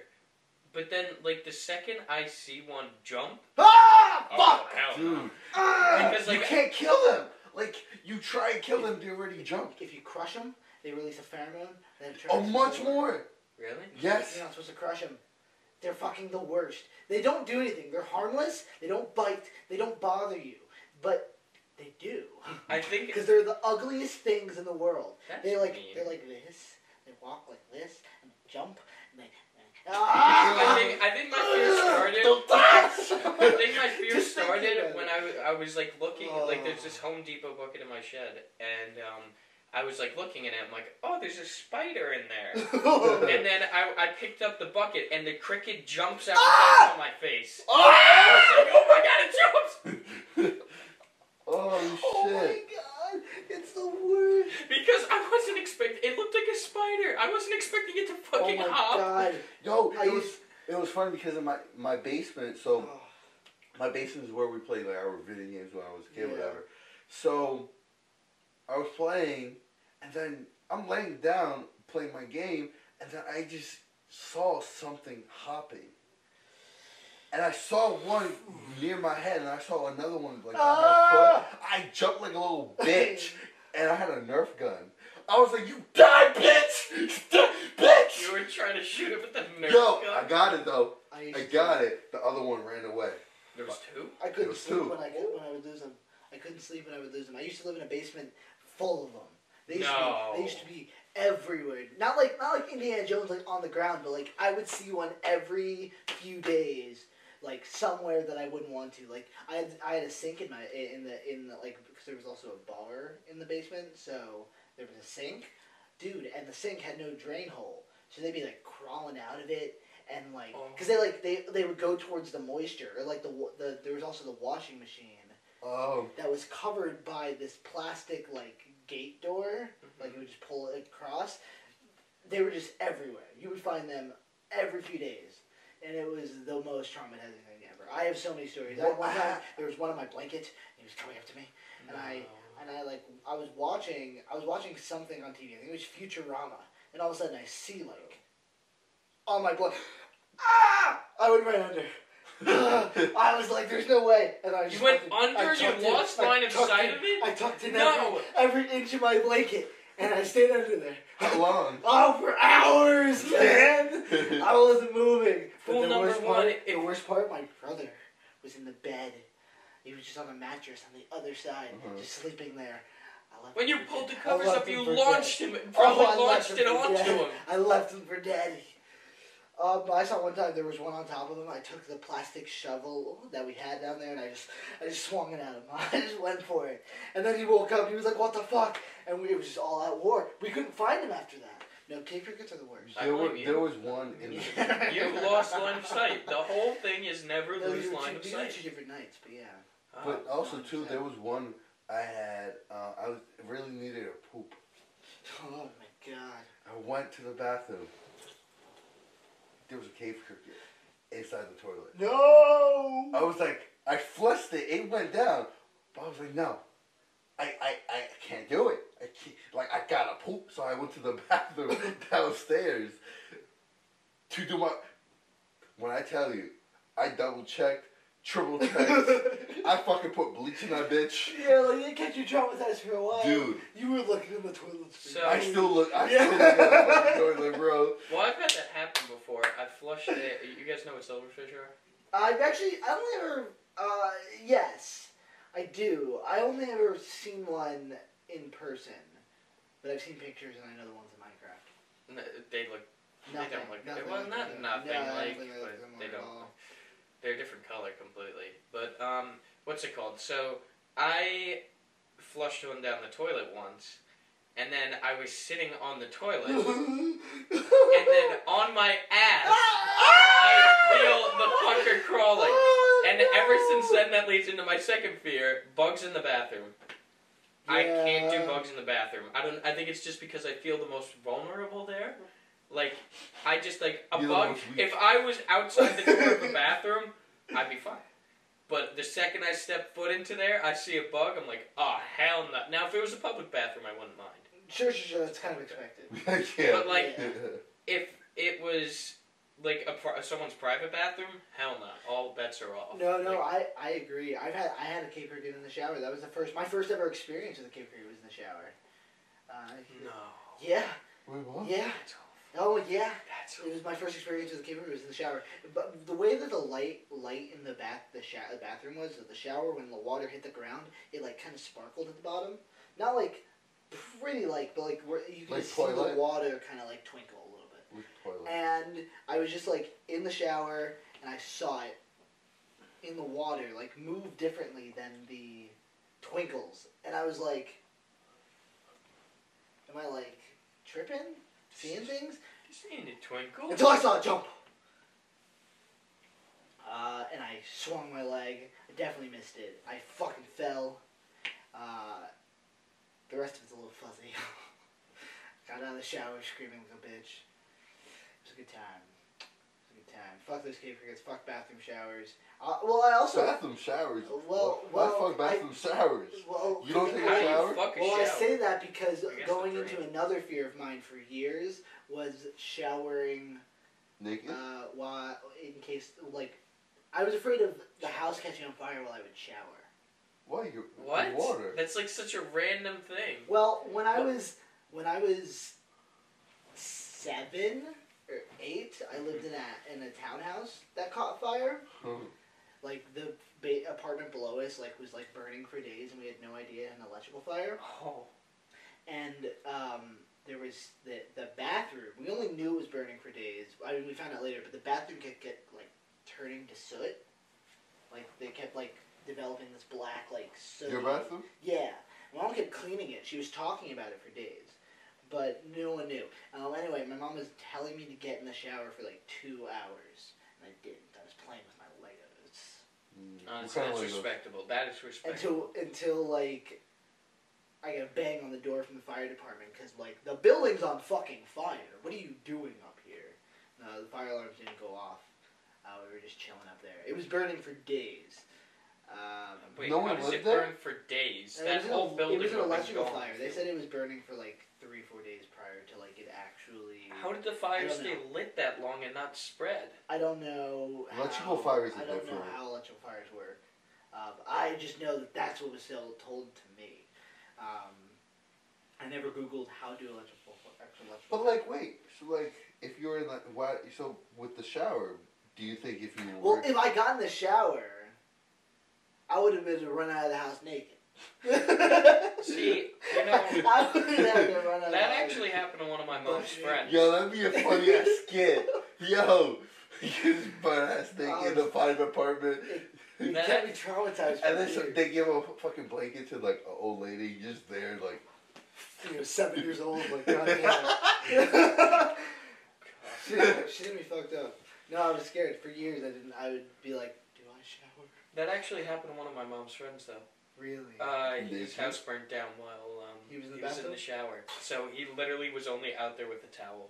[SPEAKER 1] but then like the second I see one jump,
[SPEAKER 2] Ah!
[SPEAKER 1] oh,
[SPEAKER 2] Fuck!
[SPEAKER 1] hell no.
[SPEAKER 3] Dude,
[SPEAKER 2] Ah!
[SPEAKER 1] Because,
[SPEAKER 3] you
[SPEAKER 1] like-
[SPEAKER 3] can't kill them. Like you try and kill them, they already jumped.
[SPEAKER 2] If you crush them, they release a pheromone. Then it turns
[SPEAKER 3] Oh, much
[SPEAKER 2] into-
[SPEAKER 3] more.
[SPEAKER 1] Really?
[SPEAKER 3] Yes.
[SPEAKER 2] You're not supposed to crush them. They're fucking the worst. They don't do anything. They're harmless. They don't bite. They don't bother you. But they do.
[SPEAKER 1] I think
[SPEAKER 2] Because they're the ugliest things in the world.
[SPEAKER 1] that's
[SPEAKER 2] They like
[SPEAKER 1] mean.
[SPEAKER 2] they're like this. They walk like this and jump and they.
[SPEAKER 1] I
[SPEAKER 2] Ah!
[SPEAKER 1] think I think my fear started.
[SPEAKER 3] Don't
[SPEAKER 1] I
[SPEAKER 3] touch.
[SPEAKER 1] think my fear
[SPEAKER 2] Just thinking
[SPEAKER 1] started
[SPEAKER 2] about
[SPEAKER 1] when
[SPEAKER 2] it.
[SPEAKER 1] I, w- I was like looking like there's
[SPEAKER 2] Oh.
[SPEAKER 1] this Home Depot bucket in my shed and um, I was like looking at it I'm like oh there's a spider in there and then I, I picked up the bucket and the cricket jumps out
[SPEAKER 2] Ah!
[SPEAKER 1] and jumps on my face I was
[SPEAKER 3] Ah!
[SPEAKER 1] like oh my god it jumps
[SPEAKER 3] oh
[SPEAKER 2] oh my
[SPEAKER 3] shit.
[SPEAKER 2] god! It's the worst.
[SPEAKER 1] because I wasn't expecting it looked like a spider I wasn't expecting it to
[SPEAKER 2] Oh
[SPEAKER 1] fucking
[SPEAKER 2] my
[SPEAKER 1] hop
[SPEAKER 2] god!
[SPEAKER 3] Yo,
[SPEAKER 2] I
[SPEAKER 3] it was
[SPEAKER 2] used-
[SPEAKER 3] it was funny because in my my basement. So.
[SPEAKER 2] Oh,
[SPEAKER 3] my basement is where we played like our video games when I was a kid,
[SPEAKER 2] Yeah.
[SPEAKER 3] whatever. So I was playing, and then I'm laying down playing my game, and then I just saw something hopping. And I saw one near my head, and I saw another one like on my foot. I jumped like a little bitch, and I had a Nerf gun. I was like, "You die, bitch! Die,
[SPEAKER 1] you
[SPEAKER 3] bitch!"
[SPEAKER 1] were trying to shoot it with the nerf
[SPEAKER 3] Yo,
[SPEAKER 1] gun
[SPEAKER 3] I got it though.
[SPEAKER 2] I, used
[SPEAKER 3] I
[SPEAKER 2] to-
[SPEAKER 3] got it. The other one ran away.
[SPEAKER 1] there was two
[SPEAKER 2] I
[SPEAKER 3] It
[SPEAKER 2] couldn't
[SPEAKER 3] was
[SPEAKER 2] sleep
[SPEAKER 3] two.
[SPEAKER 2] when I could, when I would lose them. I couldn't sleep when I would lose them. I used to live in a basement full of them. They used, to be,
[SPEAKER 1] No.
[SPEAKER 2] they used to be everywhere. Not like not like Indiana Jones like on the ground, but like I would see one every few days, like somewhere that I wouldn't want to. Like I had, I had a sink in my in the in the like because there was also a bar in the basement, so there was a sink, dude, and the sink had no drain hole, so they'd be like crawling out of it and like
[SPEAKER 1] Oh.
[SPEAKER 2] because they like they they would go towards the moisture or like the wa- the there was also the washing machine
[SPEAKER 3] Oh,
[SPEAKER 2] that was covered by this plastic like gate door like you would just pull it across they were just everywhere you would find them every few days and it was the most traumatizing thing ever i have so many stories I,
[SPEAKER 3] What-
[SPEAKER 2] one time there was one on my blanket and he was coming up to me and I- and I like I was watching I was watching something on TV. I think it was Futurama, and all of a sudden I see like on my blood. Ah! I went right under. I was like, "There's no way," and I just
[SPEAKER 1] You went
[SPEAKER 2] fucking-
[SPEAKER 1] under?
[SPEAKER 2] I
[SPEAKER 1] You
[SPEAKER 2] tucked
[SPEAKER 1] lost
[SPEAKER 2] I
[SPEAKER 1] line of
[SPEAKER 2] tucked
[SPEAKER 1] sight
[SPEAKER 2] in-
[SPEAKER 1] of it?
[SPEAKER 2] I tucked in
[SPEAKER 1] No.
[SPEAKER 2] every, every inch of my blanket, and I stayed under there.
[SPEAKER 3] how long?
[SPEAKER 2] Oh, for hours, man! I wasn't moving. But
[SPEAKER 1] Rule
[SPEAKER 2] the
[SPEAKER 1] number
[SPEAKER 2] worst
[SPEAKER 1] one,
[SPEAKER 2] part,
[SPEAKER 1] if-
[SPEAKER 2] the worst part, my brother was in the bed. He was just on a mattress on the other side,
[SPEAKER 3] Mhm.
[SPEAKER 2] just sleeping there. I left
[SPEAKER 1] Uh-huh. when you
[SPEAKER 2] him for
[SPEAKER 1] pulled the
[SPEAKER 2] dead. I
[SPEAKER 1] covers
[SPEAKER 2] left
[SPEAKER 1] up you
[SPEAKER 2] for
[SPEAKER 1] launched
[SPEAKER 2] dead.
[SPEAKER 1] him
[SPEAKER 2] Oh,
[SPEAKER 1] probably
[SPEAKER 2] I left
[SPEAKER 1] launched it
[SPEAKER 2] for
[SPEAKER 1] onto
[SPEAKER 2] dead.
[SPEAKER 1] him
[SPEAKER 2] I left him for dead. Um, I saw one time there was one on top of him. I took the plastic shovel that we had down there and I just, I just swung it at him. I just went for it. And then he woke up. He was like, "What the fuck?" And we, it was just all out war. We couldn't find him after that. No, cave crickets are the worst.
[SPEAKER 1] I
[SPEAKER 3] There, were,
[SPEAKER 1] blame you.
[SPEAKER 3] there was one in the.
[SPEAKER 1] You lost line of sight. The whole thing is never
[SPEAKER 2] No,
[SPEAKER 1] lose
[SPEAKER 2] you were
[SPEAKER 1] line
[SPEAKER 2] two,
[SPEAKER 1] of
[SPEAKER 2] these were
[SPEAKER 1] sight.
[SPEAKER 2] two different nights, but yeah.
[SPEAKER 3] But
[SPEAKER 1] Oh.
[SPEAKER 3] also too, there was one I had. Uh, I was, really needed a poop.
[SPEAKER 2] Oh my god.
[SPEAKER 3] I went to the bathroom. There was a cave cricket inside the toilet.
[SPEAKER 2] No.
[SPEAKER 3] I was like, I flushed it. It went down, but I was like, no, I, I, I can't do it. I can't, like I gotta poop, so I went to the bathroom downstairs to do my. When I tell you, I double checked, triple checked. I fucking put bleach in that bitch.
[SPEAKER 2] Yeah, like they kept you traumatized for a while.
[SPEAKER 3] Dude,
[SPEAKER 2] You were looking in the toilet
[SPEAKER 1] So-
[SPEAKER 2] screen.
[SPEAKER 3] I still look. I
[SPEAKER 2] Yeah.
[SPEAKER 3] still look at the fucking toilet, bro.
[SPEAKER 1] Well, I've had that happen before. I flushed it. You guys know what silverfish are?
[SPEAKER 2] I've actually I only ever uh yes. I do. I only ever seen one in person. But I've seen pictures and I know the ones in Minecraft.
[SPEAKER 1] N- They look. they
[SPEAKER 2] Nothing.
[SPEAKER 1] don't look.
[SPEAKER 2] nothing
[SPEAKER 1] well,
[SPEAKER 2] like
[SPEAKER 1] not
[SPEAKER 2] that.
[SPEAKER 1] nothing
[SPEAKER 2] No, I don't
[SPEAKER 1] like,
[SPEAKER 2] think they look
[SPEAKER 1] but
[SPEAKER 2] similar
[SPEAKER 1] they
[SPEAKER 2] at
[SPEAKER 1] don't.
[SPEAKER 2] all.
[SPEAKER 1] They're a different color completely. But um, what's it called? So I flushed one down the toilet once, and then I was sitting on the toilet, and then on my ass, I feel the fucker crawling.
[SPEAKER 2] Oh,
[SPEAKER 1] And
[SPEAKER 2] no.
[SPEAKER 1] ever since then, that leads into my second fear: bugs in the bathroom. I can't do
[SPEAKER 2] Yeah.
[SPEAKER 1] bugs in the bathroom. I don't. I think it's just because I feel the most vulnerable there. Like, I just like a
[SPEAKER 3] You're the
[SPEAKER 1] bug.
[SPEAKER 3] most weak.
[SPEAKER 1] If I was outside the door of a bathroom, I'd be fine. But the second I step foot into there, I see a bug. I'm like, oh hell no! Now, if it was a public bathroom, I wouldn't mind.
[SPEAKER 2] Sure, sure, sure. That's kind of expected.
[SPEAKER 3] I can't.
[SPEAKER 1] But like,
[SPEAKER 2] Yeah.
[SPEAKER 1] if it was like a pri- someone's private bathroom, hell no! All bets are off.
[SPEAKER 2] No, no,
[SPEAKER 1] Like,
[SPEAKER 2] I, I agree. I've had I had a cape cricket in the shower. That was the first my first ever experience with a cape cricket was in the shower. Uh,
[SPEAKER 1] no.
[SPEAKER 2] yeah,
[SPEAKER 3] Wait, what?
[SPEAKER 2] yeah.
[SPEAKER 1] That's awful.
[SPEAKER 2] Oh yeah.
[SPEAKER 1] That's
[SPEAKER 2] It was my first experience with a cape cricket was in the shower. But the way that the light light in the bath the, sho- the bathroom was the shower when the water hit the ground, it like kind of sparkled at the bottom. Not like pretty light, but like where you can
[SPEAKER 3] Like
[SPEAKER 2] see the
[SPEAKER 3] twilight?
[SPEAKER 2] water kind of like twinkle a little bit
[SPEAKER 3] Which toilet?
[SPEAKER 2] and I was just like in the shower and I saw it in the water like move differently than the twinkles and I was like am I like tripping seeing things
[SPEAKER 1] Just need a twinkle.
[SPEAKER 2] until I saw it jump uh, and I swung my leg I definitely missed it I fucking fell uh, the rest of it's a little fuzzy got out of the shower screaming like a bitch it was a good time. It was a good time. Fuck those cave crickets. Fuck bathroom showers. Uh, well, I also.
[SPEAKER 3] Bathroom showers.
[SPEAKER 2] Well,
[SPEAKER 3] Why
[SPEAKER 2] well,
[SPEAKER 3] fuck bathroom showers?
[SPEAKER 2] Well,
[SPEAKER 3] You don't
[SPEAKER 2] I-
[SPEAKER 3] take
[SPEAKER 1] How
[SPEAKER 3] a
[SPEAKER 1] do
[SPEAKER 3] shower?
[SPEAKER 1] you fuck a
[SPEAKER 2] Well, I
[SPEAKER 1] shower?
[SPEAKER 2] say that because
[SPEAKER 1] I guess
[SPEAKER 2] going
[SPEAKER 1] the
[SPEAKER 2] into
[SPEAKER 1] drain.
[SPEAKER 2] another fear of mine for years was showering
[SPEAKER 3] Naked.
[SPEAKER 2] uh, while in case like I was afraid of the house catching on fire while I would shower.
[SPEAKER 3] Why you?
[SPEAKER 1] What?
[SPEAKER 3] Water.
[SPEAKER 1] That's like such a random thing.
[SPEAKER 2] Well, when I was when I was seven or eight, I lived in a in a townhouse that caught fire. like the ba- apartment below us like was like burning for days and we had no idea it had an electrical fire
[SPEAKER 1] Oh.
[SPEAKER 2] and um, there was the the bathroom we only knew it was burning for days i mean we found out later but the bathroom kept get like turning to soot like they kept like developing this black like soot
[SPEAKER 3] Your bathroom?
[SPEAKER 2] yeah. My mom kept cleaning it. She was talking about it for days. But no one knew. Um, anyway, my mom was telling me to get in the shower for like two hours. And I didn't. I was playing with my Legos.
[SPEAKER 3] Mm,
[SPEAKER 1] Honestly,
[SPEAKER 3] what kind
[SPEAKER 1] that's
[SPEAKER 3] of Legos?
[SPEAKER 1] respectable. That is respectable.
[SPEAKER 2] Until, until like, I got a bang on the door from the fire department because, like, the building's on fucking fire. What are you doing up here? No, the fire alarms didn't go off. Uh, we were just chilling up there. It was burning for days. Um,
[SPEAKER 1] Wait,
[SPEAKER 3] No
[SPEAKER 1] how
[SPEAKER 3] one
[SPEAKER 1] does
[SPEAKER 3] lived
[SPEAKER 1] it
[SPEAKER 3] there?
[SPEAKER 1] burn for days?
[SPEAKER 2] And
[SPEAKER 1] that
[SPEAKER 2] it was
[SPEAKER 1] whole
[SPEAKER 2] an,
[SPEAKER 1] building
[SPEAKER 2] It was an
[SPEAKER 1] would be
[SPEAKER 2] electrical
[SPEAKER 1] gone.
[SPEAKER 2] fire. They said it was burning for like three, four days prior to like it actually.
[SPEAKER 1] How did the fire
[SPEAKER 2] I don't
[SPEAKER 1] stay lit that long and not spread?
[SPEAKER 2] I don't know.
[SPEAKER 3] Electrical
[SPEAKER 2] how,
[SPEAKER 3] fires
[SPEAKER 2] I
[SPEAKER 3] are
[SPEAKER 2] don't know
[SPEAKER 3] different.
[SPEAKER 2] how electrical fires work. Um, I just know that that's what was still told to me. Um, I never Googled how do electrical actual electrical.
[SPEAKER 3] But like, wait. So like, if you're in like, why? So with the shower, do you think if you
[SPEAKER 2] well,
[SPEAKER 3] were
[SPEAKER 2] if I got in the shower, I would have been able to run out of the house naked.
[SPEAKER 1] See, you know,
[SPEAKER 2] I would have had to run out. of the
[SPEAKER 1] that
[SPEAKER 2] house.
[SPEAKER 1] actually happened to one of my mom's
[SPEAKER 2] Bullshit.
[SPEAKER 1] friends.
[SPEAKER 3] Yo, that'd be a funny ass skit. Yo, you butt ass thing in the fire department.
[SPEAKER 2] You
[SPEAKER 1] That-
[SPEAKER 2] can't be traumatized. for
[SPEAKER 3] And then some-
[SPEAKER 2] years.
[SPEAKER 3] they give a fucking blanket to like an old lady. You're just there, like.
[SPEAKER 2] you know, seven years old, like, goddamn. she, she didn't be fucked up. No, I was scared. For years, I didn't. I would be like, do I shower?
[SPEAKER 1] That actually happened to one of my mom's friends, though.
[SPEAKER 2] Really?
[SPEAKER 1] Uh,
[SPEAKER 3] Did
[SPEAKER 1] his
[SPEAKER 3] you?
[SPEAKER 1] house burnt down while um,
[SPEAKER 2] He was in the
[SPEAKER 1] in
[SPEAKER 2] bathroom?
[SPEAKER 1] the shower. So he literally was only out there with a towel.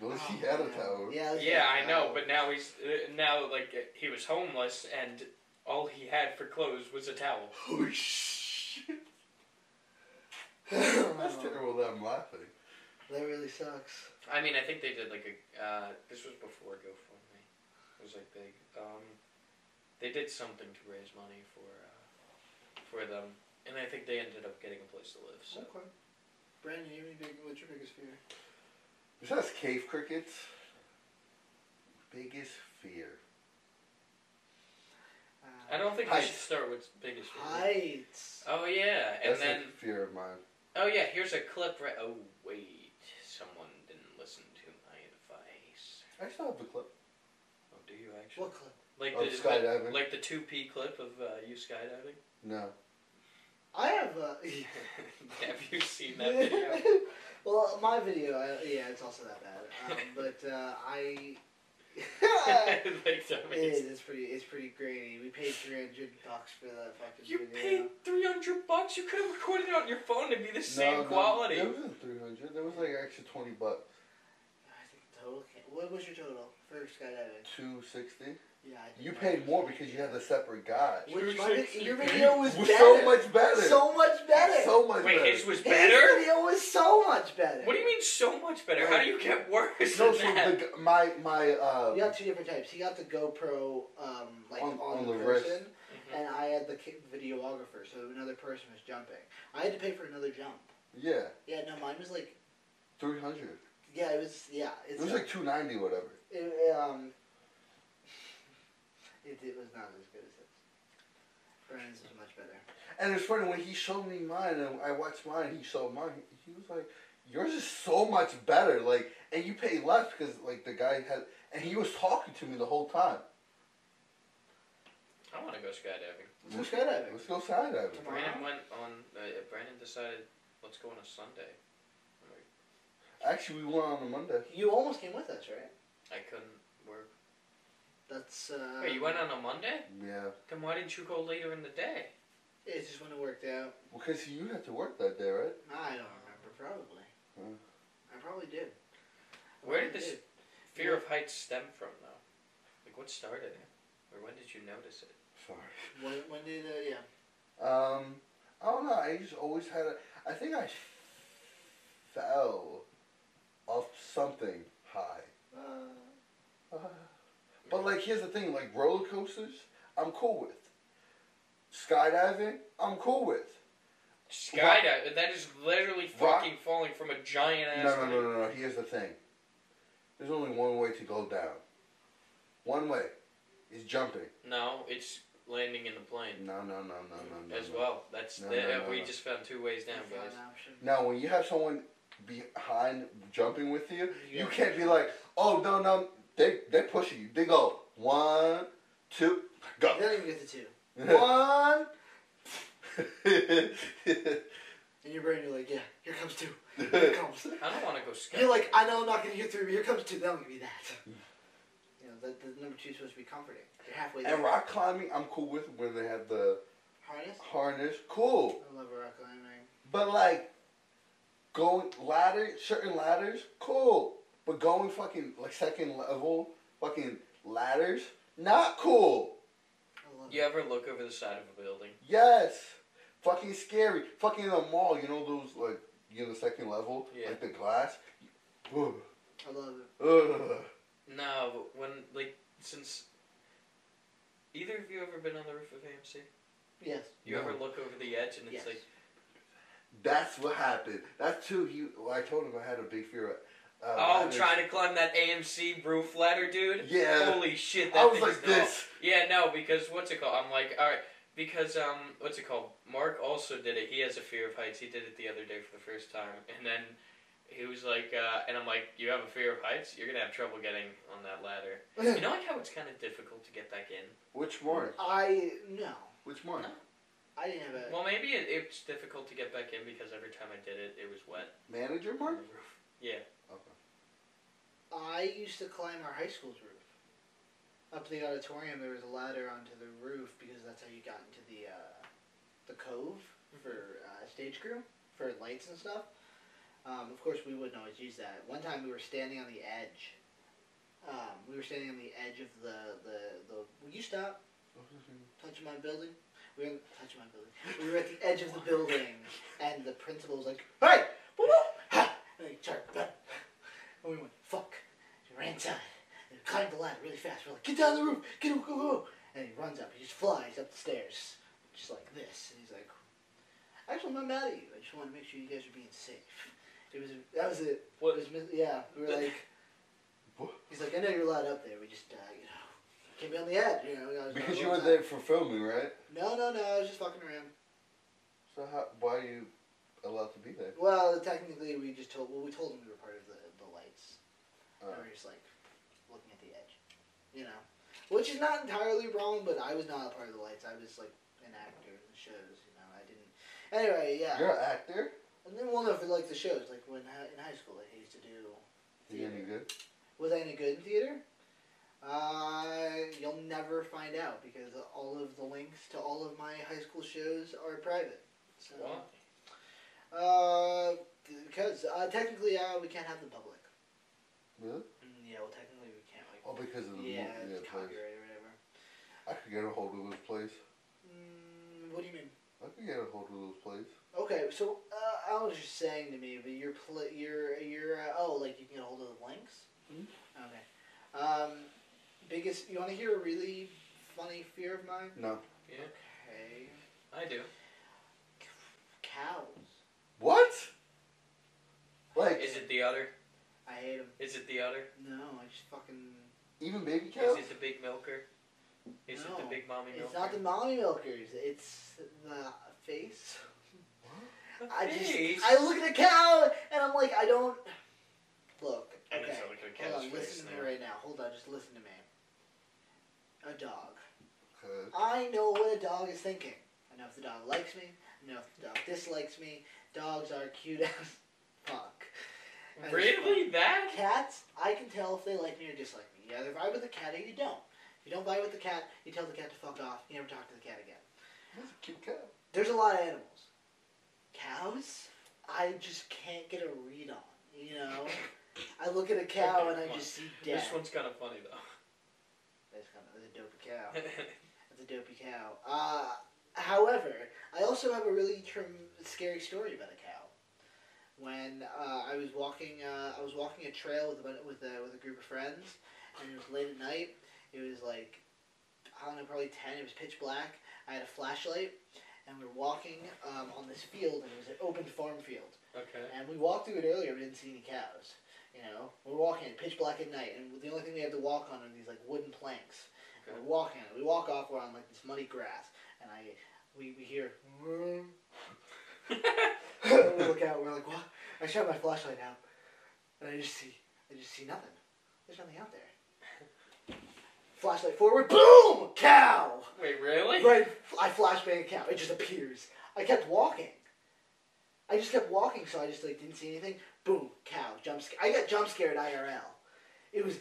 [SPEAKER 3] Well,
[SPEAKER 2] Oh,
[SPEAKER 3] she had a
[SPEAKER 2] man.
[SPEAKER 3] tower.
[SPEAKER 2] Yeah, this
[SPEAKER 1] Yeah,
[SPEAKER 2] is
[SPEAKER 1] I
[SPEAKER 2] a
[SPEAKER 1] know,
[SPEAKER 2] towel.
[SPEAKER 1] but now he's uh, now like he was homeless and all he had for clothes was a towel.
[SPEAKER 3] Oh shit!
[SPEAKER 2] Oh.
[SPEAKER 3] That's terrible. That I'm laughing.
[SPEAKER 2] that really sucks.
[SPEAKER 1] I mean, I think they did like a. Uh, this was before GoFundMe. It was like big. Um, They did something to raise money for uh, for them, and I think they ended up getting a place to live. So
[SPEAKER 2] Okay. Brandon, you have any big, what's your biggest fear?
[SPEAKER 3] Besides cave crickets, biggest fear.
[SPEAKER 2] Uh,
[SPEAKER 1] I don't think we should
[SPEAKER 3] Heights.
[SPEAKER 1] start with biggest fear.
[SPEAKER 2] Heights.
[SPEAKER 1] Oh yeah, and
[SPEAKER 3] That's
[SPEAKER 1] then
[SPEAKER 3] a fear of mine.
[SPEAKER 1] oh yeah, here's a clip. Right. Oh wait, someone didn't listen to my advice.
[SPEAKER 3] I still have the clip.
[SPEAKER 1] Oh, do you actually?
[SPEAKER 2] What clip?
[SPEAKER 1] Like
[SPEAKER 3] Of
[SPEAKER 1] the
[SPEAKER 3] skydiving.
[SPEAKER 1] like the two P clip of uh, you skydiving.
[SPEAKER 3] No.
[SPEAKER 2] I have a.
[SPEAKER 1] Have you seen that video?
[SPEAKER 2] well, my video, I, yeah, it's also that bad. Um, but uh, I.
[SPEAKER 1] like
[SPEAKER 2] it
[SPEAKER 1] dummies.
[SPEAKER 2] is. It's pretty. It's pretty grainy. We paid three hundred bucks for that fucking
[SPEAKER 1] You
[SPEAKER 2] video.
[SPEAKER 1] paid three hundred bucks. You could have recorded it on your phone to be the
[SPEAKER 3] no,
[SPEAKER 1] same
[SPEAKER 3] no,
[SPEAKER 1] quality.
[SPEAKER 3] It wasn't 300. That was like extra 20 bucks.
[SPEAKER 2] I think the total. Came, what was your total for skydiving?
[SPEAKER 3] 260.
[SPEAKER 2] Yeah, I think
[SPEAKER 3] You
[SPEAKER 2] that
[SPEAKER 3] paid
[SPEAKER 2] was-
[SPEAKER 3] more because you had the separate guy.
[SPEAKER 2] Which my, vid-
[SPEAKER 1] 260.
[SPEAKER 2] your video was
[SPEAKER 3] It was
[SPEAKER 2] better.
[SPEAKER 3] so much better.
[SPEAKER 2] So much better.
[SPEAKER 3] So much
[SPEAKER 1] Wait,
[SPEAKER 3] better.
[SPEAKER 1] his was
[SPEAKER 2] His
[SPEAKER 1] better.
[SPEAKER 2] video was so much better.
[SPEAKER 1] What do you mean so much better? How do you get worse
[SPEAKER 3] No,
[SPEAKER 1] than
[SPEAKER 3] so
[SPEAKER 1] that?
[SPEAKER 3] the, g- my my uh,
[SPEAKER 2] You got two different types. He got the GoPro, um, like on,
[SPEAKER 3] On- on
[SPEAKER 2] the,
[SPEAKER 3] the wrist.
[SPEAKER 2] person,
[SPEAKER 1] Mm-hmm.
[SPEAKER 2] and I had the ki- videographer, so another person was jumping. I had to pay for another jump.
[SPEAKER 3] yeah,
[SPEAKER 2] Yeah, no, mine was like,
[SPEAKER 3] three hundred.
[SPEAKER 2] yeah, it was, yeah,
[SPEAKER 3] It
[SPEAKER 2] it's
[SPEAKER 3] was like two ninety, whatever.
[SPEAKER 2] it, um, it, it was not as good as his. Brandon's was much better.
[SPEAKER 3] And it's funny when he showed me mine and I watched mine. He showed mine. He was like, "Yours is so much better." Like, and you pay less because like the guy had, and he was talking to me the whole time.
[SPEAKER 1] I want to go skydiving.
[SPEAKER 2] Let's go skydiving.
[SPEAKER 3] Let's go skydiving.
[SPEAKER 2] Tomorrow.
[SPEAKER 1] Brandon went on. Uh, Brandon decided let's go on a Sunday.
[SPEAKER 3] Actually, we went on a Monday.
[SPEAKER 2] You almost came with us, right?
[SPEAKER 1] I couldn't work.
[SPEAKER 2] That's, uh.
[SPEAKER 1] Wait, you went on a Monday?
[SPEAKER 3] Yeah,
[SPEAKER 1] Then why didn't you go later in the day?
[SPEAKER 2] It just wouldn't have worked out.
[SPEAKER 3] because you had to work that day, right?
[SPEAKER 2] I don't remember, probably.
[SPEAKER 3] Hmm.
[SPEAKER 2] I probably did. I
[SPEAKER 1] Where did
[SPEAKER 2] probably
[SPEAKER 1] this fear of heights stem from, though? Like, what started it? Or when did you notice it?
[SPEAKER 3] Sorry.
[SPEAKER 2] When, when did, uh, yeah.
[SPEAKER 3] Um, I don't know. I just always had a. I think I fell off something high.
[SPEAKER 2] Uh,
[SPEAKER 3] But like, here's the thing: like roller coasters, I'm cool with. Skydiving, I'm cool with.
[SPEAKER 1] Skydive. That is literally
[SPEAKER 3] Rock-
[SPEAKER 1] fucking falling from a giant
[SPEAKER 3] No,
[SPEAKER 1] ass.
[SPEAKER 3] no, no, no, no. Here's the thing: there's only one way to go down. One way is jumping.
[SPEAKER 1] No, it's landing in the plane
[SPEAKER 3] No, no, no, no, no, no.
[SPEAKER 1] as
[SPEAKER 3] no.
[SPEAKER 1] well. That's
[SPEAKER 3] No,
[SPEAKER 1] the, uh,
[SPEAKER 3] no, no,
[SPEAKER 1] we
[SPEAKER 3] no.
[SPEAKER 1] just found two ways down,
[SPEAKER 2] Is that
[SPEAKER 1] guys.
[SPEAKER 2] an option?
[SPEAKER 3] Now, when you have someone behind jumping with you,
[SPEAKER 2] Yeah.
[SPEAKER 3] you can't be like, oh no, no, they they push you. They go one, two,
[SPEAKER 2] They
[SPEAKER 3] go.
[SPEAKER 2] don't even get the two. One, and your brain, you're like, yeah, here comes two. Here comes.
[SPEAKER 1] I don't want to go skydiving.
[SPEAKER 2] You're like, I know I'm not gonna get three, but here comes two. That'll give you that.
[SPEAKER 3] Hmm.
[SPEAKER 2] You know, that the number two is supposed to be comforting. You're halfway there.
[SPEAKER 3] and rock climbing, I'm cool with when they have the
[SPEAKER 2] Harness.
[SPEAKER 3] harness. Cool.
[SPEAKER 2] I love rock climbing.
[SPEAKER 3] But like going ladder, certain ladders, cool. But going fucking like second level, fucking ladders, not cool.
[SPEAKER 2] I love
[SPEAKER 1] You ever look over the side of a building?
[SPEAKER 3] Yes, fucking scary. Fucking in the mall, you know those like you know the second level,
[SPEAKER 1] Yeah.
[SPEAKER 3] like the glass. Ugh,
[SPEAKER 2] it. I love it.
[SPEAKER 3] ugh.
[SPEAKER 1] No, but when like since. Either of you ever been on the roof of AMC?
[SPEAKER 2] Yes.
[SPEAKER 1] You
[SPEAKER 3] No.
[SPEAKER 1] ever look over the edge and it's
[SPEAKER 2] Yes.
[SPEAKER 1] like
[SPEAKER 3] That's what happened. That's too. He, well, I told him I had a big fear. Of, uh,
[SPEAKER 1] Oh,
[SPEAKER 3] ladders.
[SPEAKER 1] trying to climb that AMC roof ladder, dude.
[SPEAKER 3] Yeah.
[SPEAKER 1] Holy shit! That
[SPEAKER 3] I was
[SPEAKER 1] thing's
[SPEAKER 3] like
[SPEAKER 1] tall.
[SPEAKER 3] this.
[SPEAKER 1] Yeah, no, because what's it called? I'm like, all right, because um, what's it called? Mark also did it. He has a fear of heights. He did it the other day for the first time, and then he was like, uh, and I'm like, you have a fear of heights? You're gonna have trouble getting on that ladder. You know, like how it's kind of difficult to get back in.
[SPEAKER 3] Which one?
[SPEAKER 2] I no.
[SPEAKER 3] Which one?
[SPEAKER 2] I didn't have a.
[SPEAKER 1] Well, maybe it, it's difficult to get back in because every time I did it, it was wet.
[SPEAKER 3] Manager
[SPEAKER 1] on
[SPEAKER 3] Mark?
[SPEAKER 1] the roof. Yeah.
[SPEAKER 2] I used to climb our high school's roof. Up the auditorium, there was a ladder onto the roof because that's how you got into the uh, the cove for uh, stage crew for lights and stuff. Um, of course, we wouldn't always use that. One time, we were standing on the edge. Um, we were standing on the edge of the the the. Will you stop touching my building? We were touching my building. We were at the edge of the building, and the principal was like, "Hey, whoop, whoop, ha!" And he turned, "Bah." and we went, "Fuck!" He ran inside and climbed the ladder really fast. We're like, "Get down the roof! Get him! Go, go!" And he runs up. just flies up the stairs, just like this. And he's like, "Actually, I'm not mad at you. I just want to make sure you guys are being safe." It was that was it.
[SPEAKER 1] What
[SPEAKER 2] It was mis- yeah. We were like,
[SPEAKER 3] What?
[SPEAKER 2] he's like, "I know you're allowed up there. We just uh, you know, can't be on the edge, you know." I was like, "Oh,
[SPEAKER 3] Because you
[SPEAKER 2] "Well,
[SPEAKER 3] were
[SPEAKER 2] it's
[SPEAKER 3] there for filming, right?
[SPEAKER 2] not- No, no, no. I was just fucking around.
[SPEAKER 3] So how, why are you allowed to be there?
[SPEAKER 2] Well, technically, we just told. Well, we told him we were part of the the lights.
[SPEAKER 3] Uh,
[SPEAKER 2] And we were just like looking at the edge, you know, which is not entirely wrong. But I was not a part of the lights. I was like an actor in the shows. You know, I didn't. Anyway, yeah.
[SPEAKER 3] you're an actor.
[SPEAKER 2] And then well, no, for like the shows, like when hi- in high school, like, I used to do.
[SPEAKER 3] You any good?
[SPEAKER 2] Was I any good in theater? Uh, you'll never find out because all of the links to all of my high school shows are private. So,
[SPEAKER 1] Why?
[SPEAKER 2] uh, because uh, technically, uh, we can't have the public.
[SPEAKER 3] Really?
[SPEAKER 2] Mm, Yeah, well, technically, we can't. Like,
[SPEAKER 3] Oh, because of the movie.
[SPEAKER 2] yeah,
[SPEAKER 3] Yeah,
[SPEAKER 2] it's
[SPEAKER 3] place.
[SPEAKER 2] copyright or whatever.
[SPEAKER 3] I could get a hold of those plays.
[SPEAKER 2] Mm, what do you mean?
[SPEAKER 3] I could get a hold of those plays.
[SPEAKER 2] Okay, so uh, I was just saying to me, but you're pl- you're you're uh, oh like you can get a hold of the links.
[SPEAKER 3] Mhm.
[SPEAKER 2] Mm-hmm. Okay. Um, biggest. You want to hear a really funny fear of mine?
[SPEAKER 3] No.
[SPEAKER 2] Okay.
[SPEAKER 1] I do.
[SPEAKER 2] Cows.
[SPEAKER 3] What? Like
[SPEAKER 1] Is it the udder?
[SPEAKER 2] I hate them.
[SPEAKER 1] Is it the udder?
[SPEAKER 2] No, I just fucking.
[SPEAKER 3] even baby
[SPEAKER 1] Is
[SPEAKER 3] cows?
[SPEAKER 1] it the big milker? Is it
[SPEAKER 2] No,
[SPEAKER 1] the big mommy milker?
[SPEAKER 2] It's not the mommy milkers. It's the face.
[SPEAKER 1] The
[SPEAKER 2] I just
[SPEAKER 1] face.
[SPEAKER 2] I look at a cow and I'm like I don't look.
[SPEAKER 1] I
[SPEAKER 2] Okay.
[SPEAKER 1] just look at a
[SPEAKER 2] Hold
[SPEAKER 1] cow's
[SPEAKER 2] on,
[SPEAKER 1] face
[SPEAKER 2] listen to me
[SPEAKER 1] now.
[SPEAKER 2] right now. Hold on, just listen to me. A dog.
[SPEAKER 3] Okay.
[SPEAKER 2] I know what a dog is thinking. I know if the dog likes me. I know if the dog dislikes me. Dogs are cute as fuck. I just-
[SPEAKER 1] Really? That?
[SPEAKER 2] Cats, I can tell if they like me or dislike me. You either vibe with the cat or you don't. If you don't vibe with the cat, you tell the cat to fuck off. You never talk to the cat again.
[SPEAKER 3] That's a cute cow.
[SPEAKER 2] There's a lot of animals. Cows, I just can't get a read on. You know, I look at a cow
[SPEAKER 1] Okay,
[SPEAKER 2] and
[SPEAKER 1] come
[SPEAKER 2] I
[SPEAKER 1] on.
[SPEAKER 2] just see death.
[SPEAKER 1] This one's kind of funny though.
[SPEAKER 2] That's kind of a dopey cow. That's a dopey cow. Uh, however, I also have a really trim, scary story about a cow. When uh, I was walking, uh, I was walking a trail with a, bun- with a, with a group of friends, and it was late at night. It was like I don't know, probably ten. It was pitch black. I had a flashlight, and we were walking um, on this field, and it was an open farm field.
[SPEAKER 1] okay.
[SPEAKER 2] And we walked through it earlier. We didn't see any cows. You know, we're walking in pitch black at night, and the only thing we have to walk on are these like wooden planks. And we're walking. We walk off. We're on like this muddy grass, and I we, we hear. "Vroom." And we look out. We're like, what? I shine my flashlight out, and I just see I just see nothing. There's nothing out there. Flashlight forward. Boom! Cow.
[SPEAKER 1] Wait, really?
[SPEAKER 2] Right, I flashbang a cow. It just appears. I kept walking. I just kept walking, so I just like didn't see anything. Boom, cow, jump scare. I got jump scared IRL. It was,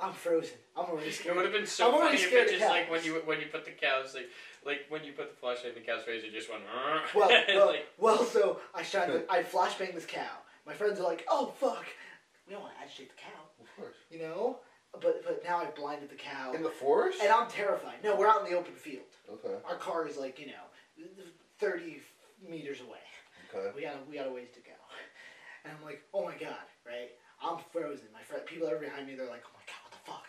[SPEAKER 2] I'm frozen. I'm already
[SPEAKER 1] It
[SPEAKER 2] scared.
[SPEAKER 1] would have been so
[SPEAKER 2] I'm already
[SPEAKER 1] funny if
[SPEAKER 2] scared
[SPEAKER 1] it
[SPEAKER 2] of
[SPEAKER 1] just like when
[SPEAKER 2] cows.
[SPEAKER 1] you when you put the cows like like when you put the flashlight in the cow's face, it just went.
[SPEAKER 2] Well, well,
[SPEAKER 1] like,
[SPEAKER 2] well. So I shot. The, I flashbang this cow. My friends are like, "Oh fuck, we don't want to agitate the cow,"
[SPEAKER 3] Of course.
[SPEAKER 2] you know. But but now I blinded the cow,
[SPEAKER 3] In the forest?
[SPEAKER 2] and I'm terrified. No, we're out in the open field.
[SPEAKER 3] Okay.
[SPEAKER 2] Our car is like you know, thirty meters away.
[SPEAKER 3] Okay.
[SPEAKER 2] we got we got a ways to go. And I'm like, oh my god, right? I'm frozen. My friend, people are behind me. They're like, oh my god, what the fuck?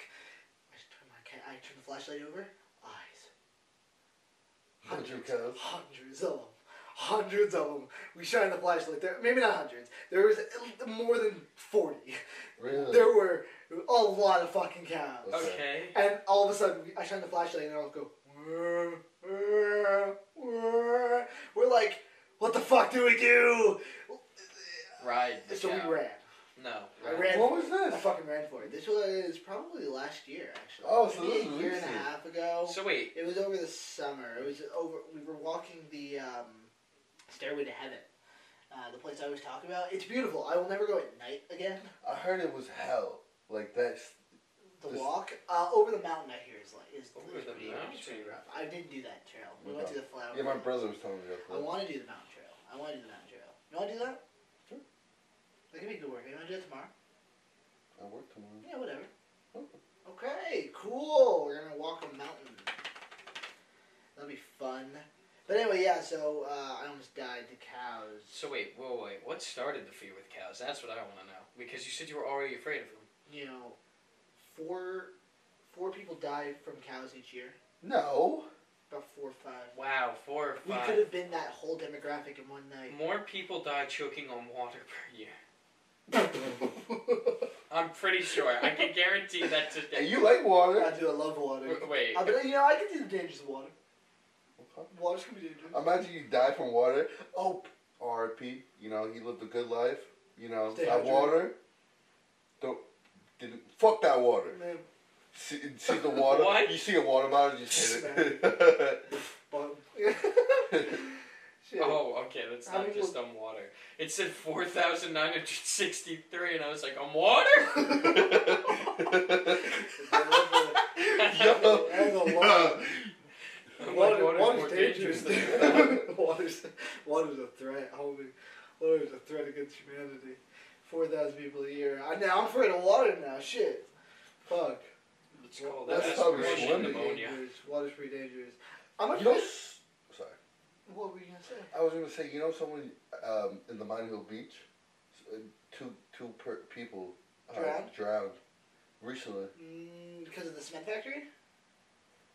[SPEAKER 2] I just turn my ca- I turn the flashlight over. Eyes.
[SPEAKER 3] Hundred cows.
[SPEAKER 2] Hundreds of them. Hundreds of them. We shine the flashlight. There, maybe not hundreds. There was more than forty.
[SPEAKER 3] Really?
[SPEAKER 2] There were a lot of fucking cows.
[SPEAKER 1] okay.
[SPEAKER 2] And all of a sudden, we- I shine the flashlight, and they all go. "Whirr, whirr, whirr." We're like, what the fuck do we do?
[SPEAKER 1] Ride the
[SPEAKER 2] So
[SPEAKER 1] cow.
[SPEAKER 2] we ran.
[SPEAKER 1] No.
[SPEAKER 2] I
[SPEAKER 1] ride.
[SPEAKER 2] ran.
[SPEAKER 3] What
[SPEAKER 2] for
[SPEAKER 3] was
[SPEAKER 2] it.
[SPEAKER 3] this?
[SPEAKER 2] I fucking ran for it. This was probably last year, actually.
[SPEAKER 3] Oh, so
[SPEAKER 2] Maybe
[SPEAKER 3] this
[SPEAKER 2] a
[SPEAKER 3] is
[SPEAKER 2] year and a
[SPEAKER 3] recent.
[SPEAKER 2] half ago.
[SPEAKER 1] So wait,
[SPEAKER 2] it was over the summer. It was over. We were walking the um, stairway to heaven. Uh, the place I was talking about. It's beautiful. I will never go at night again.
[SPEAKER 3] I heard it was hell. Like that's
[SPEAKER 2] The
[SPEAKER 3] This-
[SPEAKER 2] walk uh, over the mountain. I hear is like is,
[SPEAKER 1] Over
[SPEAKER 2] is
[SPEAKER 1] the
[SPEAKER 2] pretty,
[SPEAKER 1] mountain?
[SPEAKER 2] pretty rough. I didn't do that trail. We went to the flower.
[SPEAKER 3] yeah. My
[SPEAKER 2] bed.
[SPEAKER 3] brother was telling me
[SPEAKER 2] I
[SPEAKER 3] about that.
[SPEAKER 2] want to do the mountain trail. I want to do the mountain trail. You want to do that?
[SPEAKER 3] Sure.
[SPEAKER 2] That could be good work. You want to do it tomorrow?
[SPEAKER 3] I work tomorrow.
[SPEAKER 2] Yeah, whatever.
[SPEAKER 3] Okay.
[SPEAKER 2] Okay, cool. We're gonna walk a mountain. That'll be fun. But anyway, yeah. So uh, I almost died to cows.
[SPEAKER 1] so wait, whoa, wait. What started the fear with cows? That's what I want to know. Because you said you were already afraid of them.
[SPEAKER 2] You know, four four people die from cows each year.
[SPEAKER 3] No.
[SPEAKER 2] about four or five.
[SPEAKER 1] Wow, four or
[SPEAKER 2] We
[SPEAKER 1] five.
[SPEAKER 2] could have been that whole demographic in one night.
[SPEAKER 1] More people die choking on water per year. I'm pretty sure. I can guarantee that
[SPEAKER 3] Hey,
[SPEAKER 1] today.
[SPEAKER 3] you like water.
[SPEAKER 2] I do. I love water.
[SPEAKER 1] Wait.
[SPEAKER 2] I bet you know I can do the dangers of water.
[SPEAKER 3] Okay.
[SPEAKER 2] Water's gonna be
[SPEAKER 1] Uh,
[SPEAKER 2] dangerous.
[SPEAKER 3] Imagine you die from water. Oh, R.I.P. You know, he lived a good life. You know,
[SPEAKER 2] Stay
[SPEAKER 3] that
[SPEAKER 2] hydrated.
[SPEAKER 3] water. Don't. Didn't, fuck that water.
[SPEAKER 2] Man,
[SPEAKER 3] See, see the water.
[SPEAKER 1] What?
[SPEAKER 3] You see a water bottle, you just hit it.
[SPEAKER 2] bum. Shit.
[SPEAKER 1] Oh, okay, that's
[SPEAKER 2] How
[SPEAKER 1] not
[SPEAKER 2] many
[SPEAKER 1] just on water. It said 4,963, and I was like, on water?
[SPEAKER 3] yo,
[SPEAKER 2] That's a lot.
[SPEAKER 3] yo.
[SPEAKER 1] I'm like,
[SPEAKER 2] Water,
[SPEAKER 1] water's
[SPEAKER 2] water's
[SPEAKER 1] more dangerous
[SPEAKER 2] dangerous.
[SPEAKER 1] than
[SPEAKER 2] water's, water's a threat, homie. Water's a threat against humanity. 4,000 people a year. I, now I'm afraid of water now. Shit. Fuck.
[SPEAKER 1] Let's call that
[SPEAKER 3] That's probably
[SPEAKER 1] aspiration
[SPEAKER 3] swimming.
[SPEAKER 1] pneumonia.
[SPEAKER 2] dangerous. Water's pretty dangerous. I'm
[SPEAKER 3] You
[SPEAKER 2] afraid.
[SPEAKER 3] know, s- sorry.
[SPEAKER 2] what were you going to say?
[SPEAKER 3] I was gonna say, you know, someone um, in the Mine Hill Beach, S- uh, two two per- people uh,
[SPEAKER 2] Drowned?
[SPEAKER 3] drowned recently
[SPEAKER 2] Mm, because of the cement factory?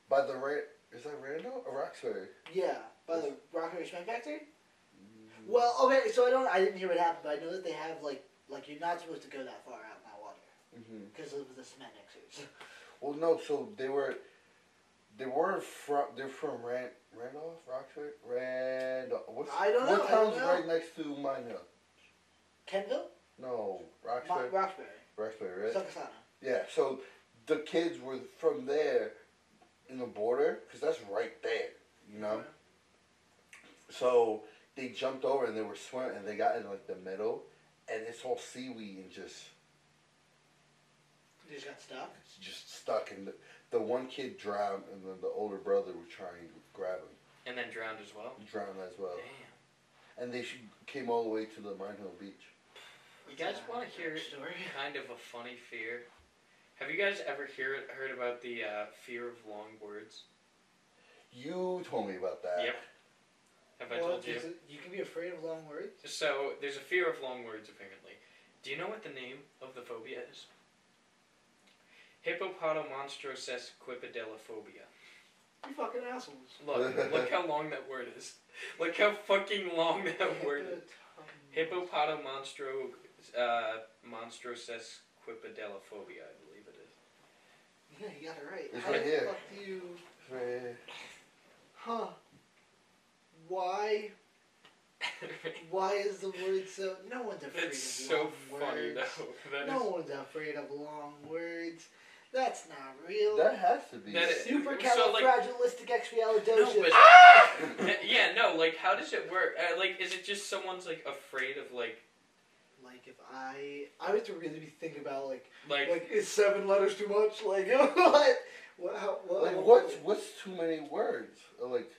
[SPEAKER 3] by the Ra- is that Randall or Roxbury?
[SPEAKER 2] Yeah. By the Rockaway Cement Factory?
[SPEAKER 3] Mm.
[SPEAKER 2] Well, okay, so I don't. I didn't hear what happened, but I know that they have like like you're not supposed to go that far out in that water
[SPEAKER 3] hmm
[SPEAKER 2] because of the cement mixers.
[SPEAKER 3] Well, no. So they were, they weren't from. They're from Ran- Randolph, Roxbury, Randolph. What's,
[SPEAKER 2] I don't know,
[SPEAKER 3] What
[SPEAKER 2] I don't
[SPEAKER 3] town's
[SPEAKER 2] know.
[SPEAKER 3] right next to Mine Hill?
[SPEAKER 2] Kenville,
[SPEAKER 3] No,
[SPEAKER 2] Mo-
[SPEAKER 3] Roxbury.
[SPEAKER 2] Roxbury,
[SPEAKER 3] Roxbury, right?
[SPEAKER 2] Sukasana.
[SPEAKER 3] Yeah, so the kids were from there in the border, because that's right there, you know? So they jumped over and they were swimming and they got in like the middle and it's all seaweed and just
[SPEAKER 2] You just got stuck.
[SPEAKER 3] just stuck. And the, the one kid drowned and then the older brother was trying to grab him,
[SPEAKER 1] And then drowned as well.
[SPEAKER 3] drowned as well.
[SPEAKER 1] Damn.
[SPEAKER 3] And they sh- came all the way to the Mine Hill Beach.
[SPEAKER 1] You guys
[SPEAKER 2] That's a
[SPEAKER 1] want to hear
[SPEAKER 2] good story?
[SPEAKER 1] kind of a funny fear? Have you guys ever hear, heard about the uh, fear of long words?
[SPEAKER 3] You told me about that.
[SPEAKER 1] Yep. Have I
[SPEAKER 2] Well,
[SPEAKER 1] told you?
[SPEAKER 2] is it- you can be afraid of long words.
[SPEAKER 1] So there's a fear of long words apparently. Do you know what the name of the phobia is? Hippopotamonstrosequipedelophobia.
[SPEAKER 2] You fucking assholes.
[SPEAKER 1] Look, look how long that word is. Look how fucking long that word is. Hippopotamonstro uh, monstrosesquipedelophobia, I believe it is.
[SPEAKER 2] Yeah, you got it right.
[SPEAKER 3] It's
[SPEAKER 2] How
[SPEAKER 3] right
[SPEAKER 2] the
[SPEAKER 3] here.
[SPEAKER 2] fuck do you?
[SPEAKER 3] Right.
[SPEAKER 2] Huh? Why? Why is the word so? No one's afraid
[SPEAKER 1] That's
[SPEAKER 2] of
[SPEAKER 1] so
[SPEAKER 2] long
[SPEAKER 1] funny
[SPEAKER 2] words.
[SPEAKER 1] though. That
[SPEAKER 2] No
[SPEAKER 1] is-
[SPEAKER 2] one's afraid of long words. That's not real.
[SPEAKER 3] That has to be.
[SPEAKER 1] That is- So, like-
[SPEAKER 2] Supercalifragilisticexpialidocious.
[SPEAKER 1] No, but- yeah, no, like how does it work? Uh, like is it just someone's like afraid of like
[SPEAKER 2] like if I, I would have to really be thinking about like,
[SPEAKER 1] like,
[SPEAKER 2] like is seven letters too much? Like what? What? How, what
[SPEAKER 3] Like what's what's too many words? Or, Like,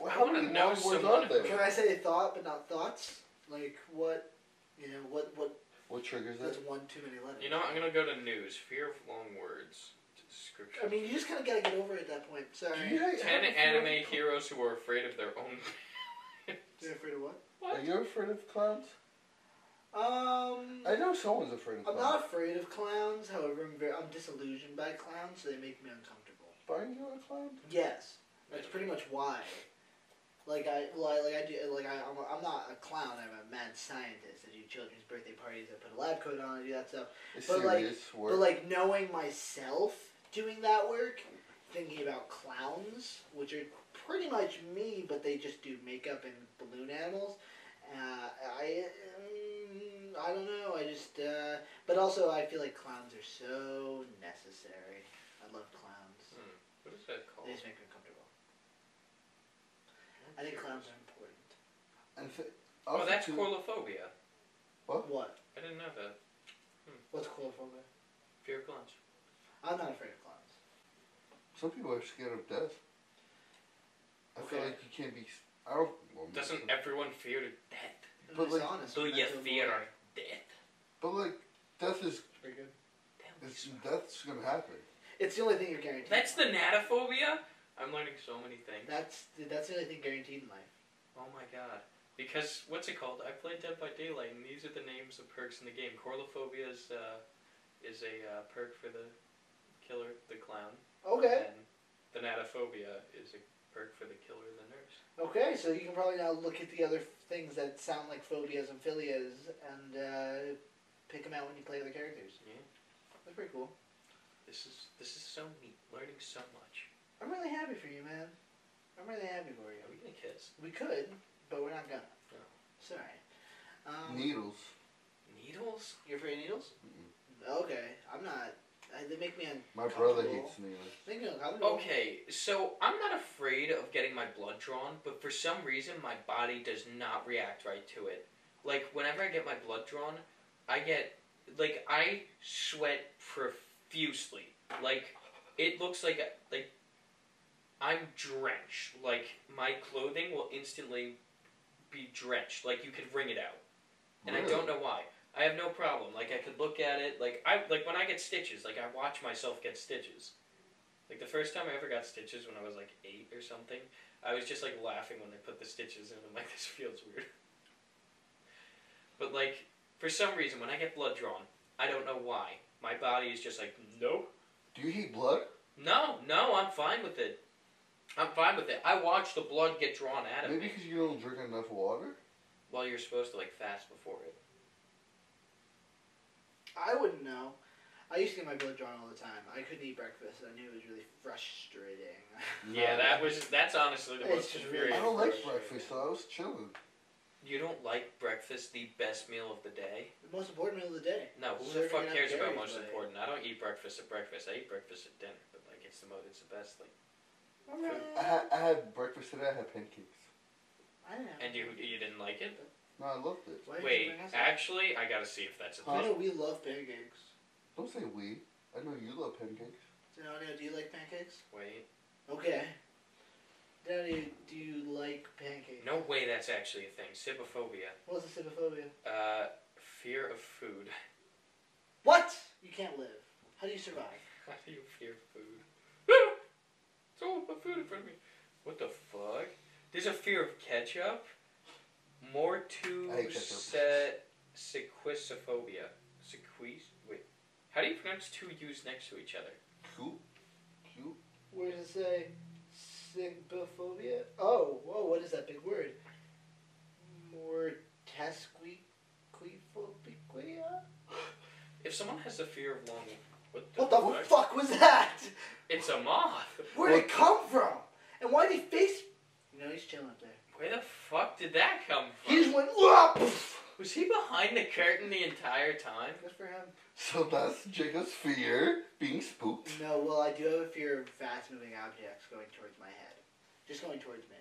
[SPEAKER 3] wha-
[SPEAKER 1] I
[SPEAKER 3] how
[SPEAKER 1] wanna
[SPEAKER 3] many
[SPEAKER 1] know
[SPEAKER 3] long words
[SPEAKER 1] someone
[SPEAKER 3] are there?
[SPEAKER 2] Can I say thought but not thoughts? Like what? You know what? What?
[SPEAKER 3] What triggers
[SPEAKER 2] That's
[SPEAKER 3] it?
[SPEAKER 2] one too many letters.
[SPEAKER 1] You know, what, I'm gonna go to news. Fear of long words. Description.
[SPEAKER 2] I mean, you just kind of gotta get over it at that point. Sorry.
[SPEAKER 3] Do you hate
[SPEAKER 1] Ten
[SPEAKER 3] having
[SPEAKER 1] anime
[SPEAKER 3] feelings?
[SPEAKER 1] heroes who are afraid of their own.
[SPEAKER 2] You're afraid of what?
[SPEAKER 3] Are you afraid of clowns?
[SPEAKER 2] Um.
[SPEAKER 3] I know someone's afraid of
[SPEAKER 2] I'm
[SPEAKER 3] clowns.
[SPEAKER 2] not afraid of clowns. However, I'm very, I'm disillusioned by clowns, so they make me uncomfortable.
[SPEAKER 3] Are you a clown?
[SPEAKER 2] Yes, that's pretty much why. Like I, well, I- like I do, like I, I'm, I'm not a clown. I'm a mad scientist. I do children's birthday parties. I put a lab coat on. I do that stuff.
[SPEAKER 3] It's
[SPEAKER 2] But, like-
[SPEAKER 3] serious work.
[SPEAKER 2] But like knowing myself doing that work, thinking about clowns, which are pretty much me, but they just do makeup and balloon animals. Uh, I, um, I don't know. I just, uh, but also I feel like clowns are so necessary. I love clowns.
[SPEAKER 1] What is that called?
[SPEAKER 2] They just make me uncomfortable. I think clowns are important.
[SPEAKER 3] And fi-
[SPEAKER 1] Oh,
[SPEAKER 3] also
[SPEAKER 1] that's
[SPEAKER 3] too-
[SPEAKER 1] coilophobia.
[SPEAKER 2] What?
[SPEAKER 1] I didn't know that.
[SPEAKER 2] What's coilophobia?
[SPEAKER 1] Fear of clowns.
[SPEAKER 2] I'm not afraid of clowns.
[SPEAKER 3] Some people are scared of death. I feel
[SPEAKER 2] Okay.
[SPEAKER 3] like you can't be. s- I don't. Well,
[SPEAKER 1] Doesn't
[SPEAKER 3] maybe-
[SPEAKER 1] everyone fear death?
[SPEAKER 3] But, like,
[SPEAKER 2] Dishonest,
[SPEAKER 1] Do
[SPEAKER 2] mental
[SPEAKER 1] you fear
[SPEAKER 2] avoidance.
[SPEAKER 1] death?
[SPEAKER 3] But like, death is.
[SPEAKER 2] It's pretty good.
[SPEAKER 1] That
[SPEAKER 3] It's,
[SPEAKER 1] was-
[SPEAKER 3] death's gonna happen.
[SPEAKER 2] It's the only thing you're guaranteed.
[SPEAKER 1] That's the
[SPEAKER 2] in life.
[SPEAKER 1] nataphobia. I'm learning so many things.
[SPEAKER 2] That's that's the only thing guaranteed in life.
[SPEAKER 1] Oh my god. Because what's it called? I played Dead by Daylight, and these are the names of perks in the game. Coilophobia is uh, is a uh, perk for the killer, the clown.
[SPEAKER 2] Okay.
[SPEAKER 1] And Thanatophobia is a perk for the killer and the nurse.
[SPEAKER 2] Okay, so you can probably now look at the other things that sound like phobias and philias and uh, pick them out when you play other characters.
[SPEAKER 1] Yeah.
[SPEAKER 2] That's pretty cool.
[SPEAKER 1] This is this is so neat. Learning so much.
[SPEAKER 2] I'm really happy for you, man. I'm really happy for
[SPEAKER 1] Are
[SPEAKER 2] you.
[SPEAKER 1] we gonna kiss?
[SPEAKER 2] We could, but we're not gonna.
[SPEAKER 1] No.
[SPEAKER 2] Sorry. Um,
[SPEAKER 3] Needles.
[SPEAKER 1] Needles?
[SPEAKER 2] You're afraid of needles? Okay, I'm not. I, they make me
[SPEAKER 3] My brother
[SPEAKER 2] uncomfortable.
[SPEAKER 3] hates needles.
[SPEAKER 2] They make me uncomfortable.
[SPEAKER 1] Okay, so I'm not afraid of getting my blood drawn, but for some reason my body does not react right to it. Like whenever I get my blood drawn, I get like I sweat profusely. Like it looks like like I'm drenched. Like my clothing will instantly be drenched. Like you could wring it out. And I don't know why. I have no problem. Like I could look at it. Like I like when I get stitches. Like I watch myself get stitches. Like the first time I ever got stitches when I was like eight or something, I was just like laughing when they put the stitches in. I'm like, this feels weird. But like for some reason, when I get blood drawn, I don't know why. My body is just like, nope.
[SPEAKER 3] Do you hate blood?
[SPEAKER 1] No, no, I'm fine with it. I'm fine with it. I watch the blood get drawn out of
[SPEAKER 3] Maybe
[SPEAKER 1] me
[SPEAKER 3] because you don't drink enough water.
[SPEAKER 1] while you're supposed to like fast before it.
[SPEAKER 2] I wouldn't know. I used to get my blood drawn all the time. I couldn't eat breakfast. I knew it was really frustrating.
[SPEAKER 1] Yeah,
[SPEAKER 3] No.
[SPEAKER 1] that was that's honestly the
[SPEAKER 2] It's
[SPEAKER 1] most
[SPEAKER 2] just
[SPEAKER 1] infuriating.
[SPEAKER 3] I don't like
[SPEAKER 2] frustrating.
[SPEAKER 3] breakfast, so I was chilling.
[SPEAKER 1] You don't like breakfast, the best meal of the day?
[SPEAKER 2] the most important meal of the day.
[SPEAKER 1] No, who
[SPEAKER 2] Serving
[SPEAKER 1] the fuck
[SPEAKER 2] up
[SPEAKER 1] cares about
[SPEAKER 2] berries,
[SPEAKER 1] most
[SPEAKER 2] buddy.
[SPEAKER 1] important? I don't eat breakfast at breakfast. I eat breakfast at dinner, but like it's the most, it's the best. Like,
[SPEAKER 3] I had, I had breakfast today. I had pancakes.
[SPEAKER 2] I don't know.
[SPEAKER 1] and you you didn't like it?
[SPEAKER 3] No, I loved it.
[SPEAKER 2] Why did you
[SPEAKER 1] Wait,
[SPEAKER 2] bring us that?
[SPEAKER 1] actually, I gotta see if that's a
[SPEAKER 2] I
[SPEAKER 3] Huh?
[SPEAKER 2] know
[SPEAKER 1] thing.
[SPEAKER 2] we love pancakes.
[SPEAKER 3] Don't say we. I know you love pancakes.
[SPEAKER 2] Denodio, do you like pancakes?
[SPEAKER 1] Wait,
[SPEAKER 2] Okay. Denodio, do you like pancakes?
[SPEAKER 1] no way, that's actually a thing. Sibophobia,
[SPEAKER 2] What's a cybophobia?
[SPEAKER 1] uh, fear of food.
[SPEAKER 2] What? You can't live. How do you survive?
[SPEAKER 1] How do you fear food? Someone put food in front of me. What the fuck? There's a fear of ketchup.
[SPEAKER 3] I hate
[SPEAKER 1] Mortu
[SPEAKER 3] ketchup.
[SPEAKER 1] set sequisophobia. Sequis? Wait. How do you pronounce two U's next to each other?
[SPEAKER 3] Cool. Cute.
[SPEAKER 2] Where does it say cybophobia? Oh, whoa, what is that big word? Mortesquiquephobia?
[SPEAKER 1] If someone has a fear of long, what the,
[SPEAKER 2] What the
[SPEAKER 1] fuck?
[SPEAKER 2] fuck was that?
[SPEAKER 1] It's a moth.
[SPEAKER 2] Where did it come from? And why did he face... You know, he's chilling up there.
[SPEAKER 1] Where the fuck did that come from?
[SPEAKER 2] He just went... "Wah!" Poof.
[SPEAKER 1] Was he behind the curtain the entire time?
[SPEAKER 2] Good for him.
[SPEAKER 3] So that's Jacob's fear being spooked.
[SPEAKER 2] No, well, I do have a fear of fast moving objects going towards my head. Just going towards me.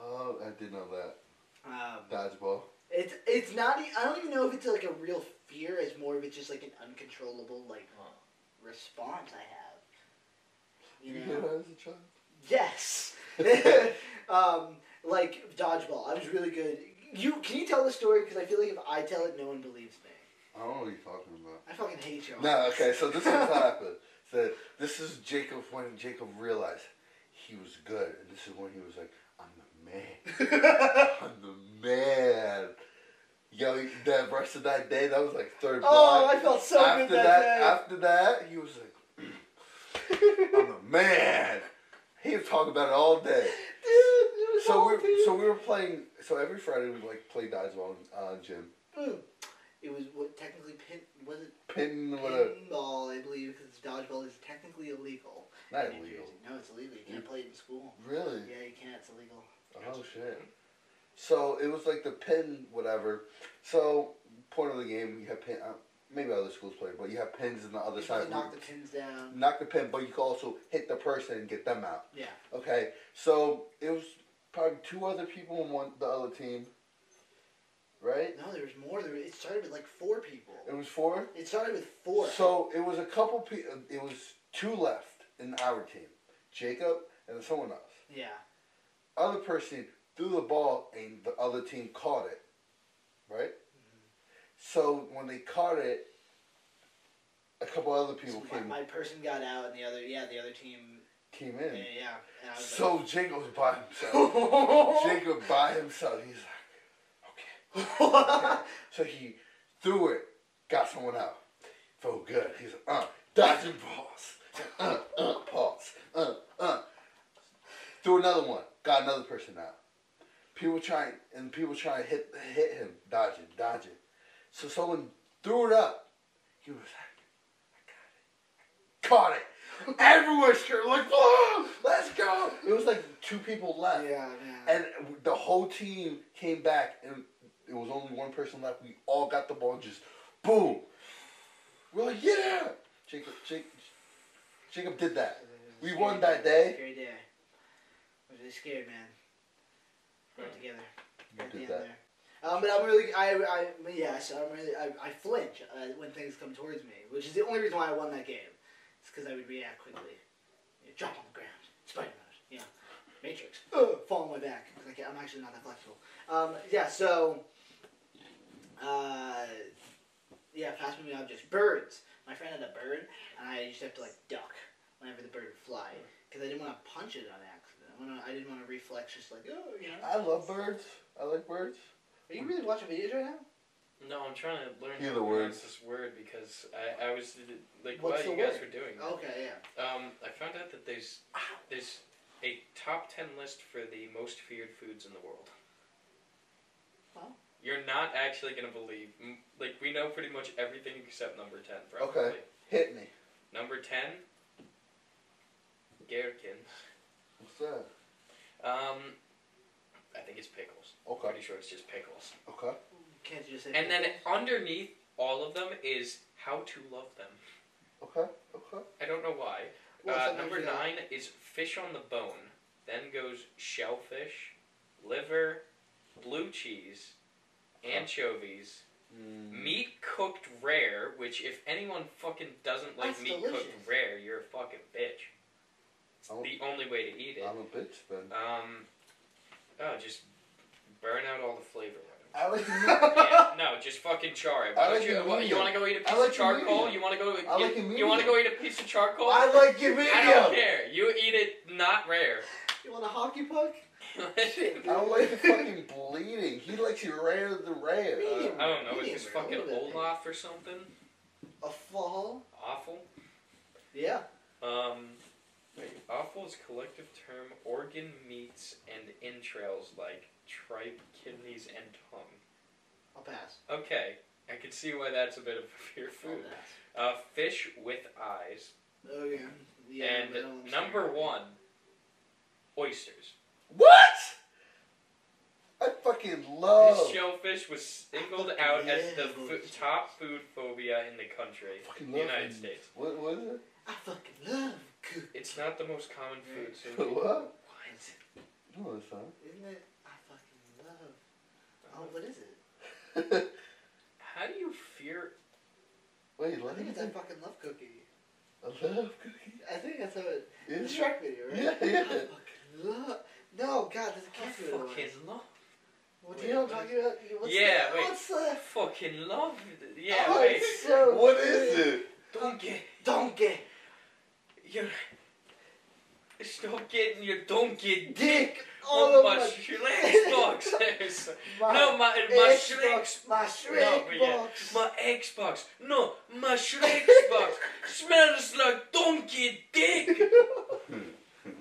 [SPEAKER 3] Oh, I did know that.
[SPEAKER 2] Um,
[SPEAKER 3] Dodgeball.
[SPEAKER 2] it's it's not. e- I don't even know if it's like a real fear. It's more of it's just like an uncontrollable like
[SPEAKER 1] Huh.
[SPEAKER 2] response I have.
[SPEAKER 3] You
[SPEAKER 2] You know?
[SPEAKER 3] did that as a child.
[SPEAKER 2] Yes. um, like dodgeball. I was really good. You can you tell the story because I feel like if I tell it, no one believes me.
[SPEAKER 3] I don't know what you're talking about.
[SPEAKER 2] I fucking hate you.
[SPEAKER 3] No, okay, so this is uh, what happened. So this is Jacob when Jacob realized he was good, and this is when he was like, "I'm the man, I'm the man." Yo, that rest of that day, that was like third
[SPEAKER 2] oh,
[SPEAKER 3] block.
[SPEAKER 2] I felt so
[SPEAKER 3] after
[SPEAKER 2] good that, day.
[SPEAKER 3] after that, he was like, "I'm the man." He was talking about it all day.
[SPEAKER 2] Dude, it was
[SPEAKER 3] So
[SPEAKER 2] all
[SPEAKER 3] we are
[SPEAKER 2] good.
[SPEAKER 3] so we were playing. So every Friday we like play dodgeball in uh, gym,
[SPEAKER 2] Mm. It was what technically pin was it
[SPEAKER 3] pin whatever.
[SPEAKER 2] pinball, I believe, because dodgeball is technically illegal.
[SPEAKER 3] Not
[SPEAKER 2] in New
[SPEAKER 3] illegal.
[SPEAKER 2] Jersey. No, it's illegal. You can't play it in school.
[SPEAKER 3] Really?
[SPEAKER 2] Yeah, you can't. It's illegal.
[SPEAKER 3] Oh shit. So it was like the pin whatever. So point of the game, you have pin. Uh, maybe other schools play, but you have pins on the other
[SPEAKER 2] You
[SPEAKER 3] side.
[SPEAKER 2] can knock the pins down.
[SPEAKER 3] knock the pin, but you can also hit the person and get them out.
[SPEAKER 2] Yeah.
[SPEAKER 3] Okay. So it was probably two other people on one the other team. Right.
[SPEAKER 2] No, there was more. There, it started with like four people.
[SPEAKER 3] It was four.
[SPEAKER 2] It started with four.
[SPEAKER 3] So it was a couple. Pe- it was two left in our team, Jacob and someone else.
[SPEAKER 2] yeah.
[SPEAKER 3] other person threw the ball and the other team caught it, right?
[SPEAKER 2] Mm-hmm.
[SPEAKER 3] So when they caught it, a couple other
[SPEAKER 2] So
[SPEAKER 3] people
[SPEAKER 2] my,
[SPEAKER 3] came
[SPEAKER 2] my person got out, and the other, yeah, the other team,
[SPEAKER 3] came
[SPEAKER 2] yeah,
[SPEAKER 3] in.
[SPEAKER 2] yeah. And I was
[SPEAKER 3] So Jacob's by himself.
[SPEAKER 2] like,
[SPEAKER 3] Jacob by himself. He's like, okay. okay. So he threw it, got someone out. Felt good. He's like, uh, dodging balls, uh, uh, balls, uh, uh. threw another one, got another person out. People trying and people trying to hit hit him, dodge it, dodge it. So someone threw it up. He was like, I got it, I caught it. Everyone screamed like, "Whoa, let's go!" It was like two people left,
[SPEAKER 2] Yeah, man.
[SPEAKER 3] and the whole team came back, and it was only one person left. We all got the ball, just boom. We're like, "Yeah!" Jacob, Jacob, Jacob did that. We won that day.
[SPEAKER 2] Scary day. I was really scared, man. We're together.
[SPEAKER 3] You
[SPEAKER 2] at the
[SPEAKER 3] did
[SPEAKER 2] end
[SPEAKER 3] that.
[SPEAKER 2] there. Um, but I'm really, I, I, yeah, so I'm really, I, I flinch uh, when things come towards me, which is the only reason why I won that game. It's because I would react quickly. You know, drop on the ground, Spider mode, you know, Matrix, Ugh, fall on my back, 'cause I can't, I'm actually not that flexible. Um, yeah, so, uh, yeah, fast moving objects. Birds. My friend had a bird, and I used to have to, like, duck whenever the bird would fly, because I didn't want to punch it on accident. I, wanna, I didn't want to reflex just like, oh, you know.
[SPEAKER 3] I love birds. I like birds.
[SPEAKER 2] Are you really watching videos right now?
[SPEAKER 1] No, I'm trying to learn
[SPEAKER 3] Hear
[SPEAKER 1] how
[SPEAKER 3] the
[SPEAKER 1] to pronounce
[SPEAKER 3] words.
[SPEAKER 1] this word because I, I was like
[SPEAKER 2] What's
[SPEAKER 1] while
[SPEAKER 2] the
[SPEAKER 1] you guys
[SPEAKER 2] word?
[SPEAKER 1] were doing that.
[SPEAKER 2] Okay, yeah.
[SPEAKER 1] Um, I found out that there's there's a top ten list for the most feared foods in the world.
[SPEAKER 2] Wow.
[SPEAKER 1] You're not actually gonna believe. m- Like we know pretty much everything except number ten. Probably.
[SPEAKER 3] Okay. Hit me.
[SPEAKER 1] Number ten. Gherkins.
[SPEAKER 3] What's that?
[SPEAKER 1] Um, I think it's pickles.
[SPEAKER 3] Okay.
[SPEAKER 1] Pretty sure it's just pickles.
[SPEAKER 3] Okay.
[SPEAKER 2] Can't you just say
[SPEAKER 1] And then uh, underneath all of them is how to love them.
[SPEAKER 3] Okay. Okay.
[SPEAKER 1] I don't know why.
[SPEAKER 2] Well,
[SPEAKER 1] uh,
[SPEAKER 2] sometimes
[SPEAKER 1] number
[SPEAKER 2] you don't-
[SPEAKER 1] nine is fish on the bone. Then goes shellfish, liver, blue cheese, anchovies,
[SPEAKER 3] Mm-hmm. Mm.
[SPEAKER 1] meat cooked rare. Which, if anyone fucking doesn't like
[SPEAKER 2] That's
[SPEAKER 1] meat
[SPEAKER 2] delicious.
[SPEAKER 1] cooked rare, you're a fucking bitch. It's
[SPEAKER 3] Oh.
[SPEAKER 1] the only way to eat it.
[SPEAKER 3] I'm a bitch then.
[SPEAKER 1] Um, oh, just burn out all the flavor.
[SPEAKER 3] I like.
[SPEAKER 1] yeah, no, just fucking char it. Why
[SPEAKER 3] I like
[SPEAKER 1] don't you?
[SPEAKER 3] your
[SPEAKER 1] What, you
[SPEAKER 3] medium.
[SPEAKER 1] want to go eat a
[SPEAKER 3] I
[SPEAKER 1] piece
[SPEAKER 3] like
[SPEAKER 1] of
[SPEAKER 3] your
[SPEAKER 1] charcoal?
[SPEAKER 3] medium.
[SPEAKER 1] You want to go?
[SPEAKER 3] I like
[SPEAKER 1] you,
[SPEAKER 3] your
[SPEAKER 1] you want to go eat
[SPEAKER 3] medium.
[SPEAKER 1] a piece of charcoal?
[SPEAKER 3] I like your
[SPEAKER 1] I don't
[SPEAKER 3] medium.
[SPEAKER 1] care. You eat it not rare.
[SPEAKER 2] You want a hockey puck?
[SPEAKER 3] I don't like the fucking bleeding. He likes you rare the rare. Uh,
[SPEAKER 2] Medium.
[SPEAKER 1] I don't know. Is
[SPEAKER 2] Medium
[SPEAKER 1] this
[SPEAKER 2] rare,
[SPEAKER 1] fucking
[SPEAKER 2] a little bit.
[SPEAKER 1] Olaf or something?
[SPEAKER 2] A fall?
[SPEAKER 1] Awful.
[SPEAKER 2] Yeah.
[SPEAKER 1] Um, wait, awful is collective term. Organ meats and entrails like tripe, kidneys, and tongue.
[SPEAKER 2] I'll pass.
[SPEAKER 1] Okay, I can see why that's a bit of a fear
[SPEAKER 2] I'll
[SPEAKER 1] food.
[SPEAKER 2] pass.
[SPEAKER 1] Uh, fish with eyes.
[SPEAKER 2] Oh yeah. yeah but I don't
[SPEAKER 1] and
[SPEAKER 2] understand.
[SPEAKER 1] number one, oysters.
[SPEAKER 3] What? I fucking love.
[SPEAKER 2] Oh.
[SPEAKER 1] This shellfish was singled
[SPEAKER 2] I
[SPEAKER 1] out as the
[SPEAKER 2] love
[SPEAKER 1] fo-
[SPEAKER 2] oysters.
[SPEAKER 1] top food phobia in the country,
[SPEAKER 3] fucking
[SPEAKER 1] the
[SPEAKER 3] love
[SPEAKER 1] United
[SPEAKER 3] them.
[SPEAKER 1] States.
[SPEAKER 3] What was it?
[SPEAKER 2] I fucking love cook.
[SPEAKER 1] It's not the most common food. So
[SPEAKER 3] What?
[SPEAKER 2] What?
[SPEAKER 3] No, it's not.
[SPEAKER 2] Isn't it? I fucking love. Oh, what is it?
[SPEAKER 1] How do you fear?
[SPEAKER 3] Wait,
[SPEAKER 2] I
[SPEAKER 3] let
[SPEAKER 2] think
[SPEAKER 3] me
[SPEAKER 2] it's that fucking love cookie.
[SPEAKER 3] I love cookie.
[SPEAKER 2] I think that's how it. The
[SPEAKER 3] Is-
[SPEAKER 2] Shrek video, right?
[SPEAKER 3] Yeah,
[SPEAKER 2] I
[SPEAKER 3] yeah.
[SPEAKER 2] fucking love. No, God, there's a cat video. that
[SPEAKER 1] fucking
[SPEAKER 2] was-
[SPEAKER 1] love.
[SPEAKER 2] What do you know what I'm talking about? What's
[SPEAKER 1] Yeah,
[SPEAKER 2] the,
[SPEAKER 1] wait.
[SPEAKER 2] What's the?
[SPEAKER 1] Fucking love. Yeah,
[SPEAKER 2] oh,
[SPEAKER 1] wait.
[SPEAKER 2] It's so
[SPEAKER 3] What is it?
[SPEAKER 1] Don't get
[SPEAKER 2] Donkey.
[SPEAKER 1] your. Stop getting your donkey dick
[SPEAKER 2] Dick all
[SPEAKER 1] on
[SPEAKER 2] over
[SPEAKER 1] my
[SPEAKER 2] my
[SPEAKER 1] Shrek box.
[SPEAKER 2] My
[SPEAKER 1] no, my my Shrek
[SPEAKER 2] Xbox, my
[SPEAKER 1] No,
[SPEAKER 2] Shrek
[SPEAKER 1] but yeah,
[SPEAKER 2] box.
[SPEAKER 1] My Xbox. No, my Shrek box smells like donkey dick.
[SPEAKER 2] No,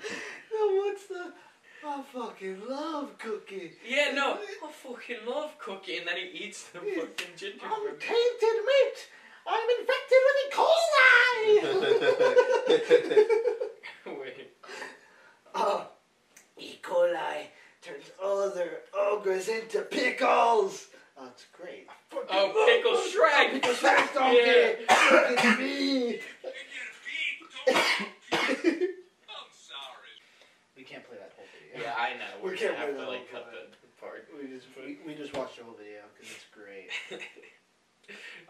[SPEAKER 2] what's the? I fucking love cookie.
[SPEAKER 1] Yeah, no, I fucking love cookie. And then he eats the fucking
[SPEAKER 2] I'm
[SPEAKER 1] gingerbread.
[SPEAKER 2] tainted meat. I'm infected with E. coli.
[SPEAKER 1] Wait.
[SPEAKER 2] oh, E. coli turns all of their ogres into pickles. Oh, it's great.
[SPEAKER 1] Oh, pickle Shrek.
[SPEAKER 2] Pickle Shrek donkey. It's me. We can't play that whole video.
[SPEAKER 1] Yeah, I know. We're
[SPEAKER 2] We
[SPEAKER 1] gonna
[SPEAKER 2] can't play
[SPEAKER 1] have to
[SPEAKER 2] that
[SPEAKER 1] like
[SPEAKER 2] whole
[SPEAKER 1] cut the part.
[SPEAKER 2] We just we, we just watched the whole video because it's great.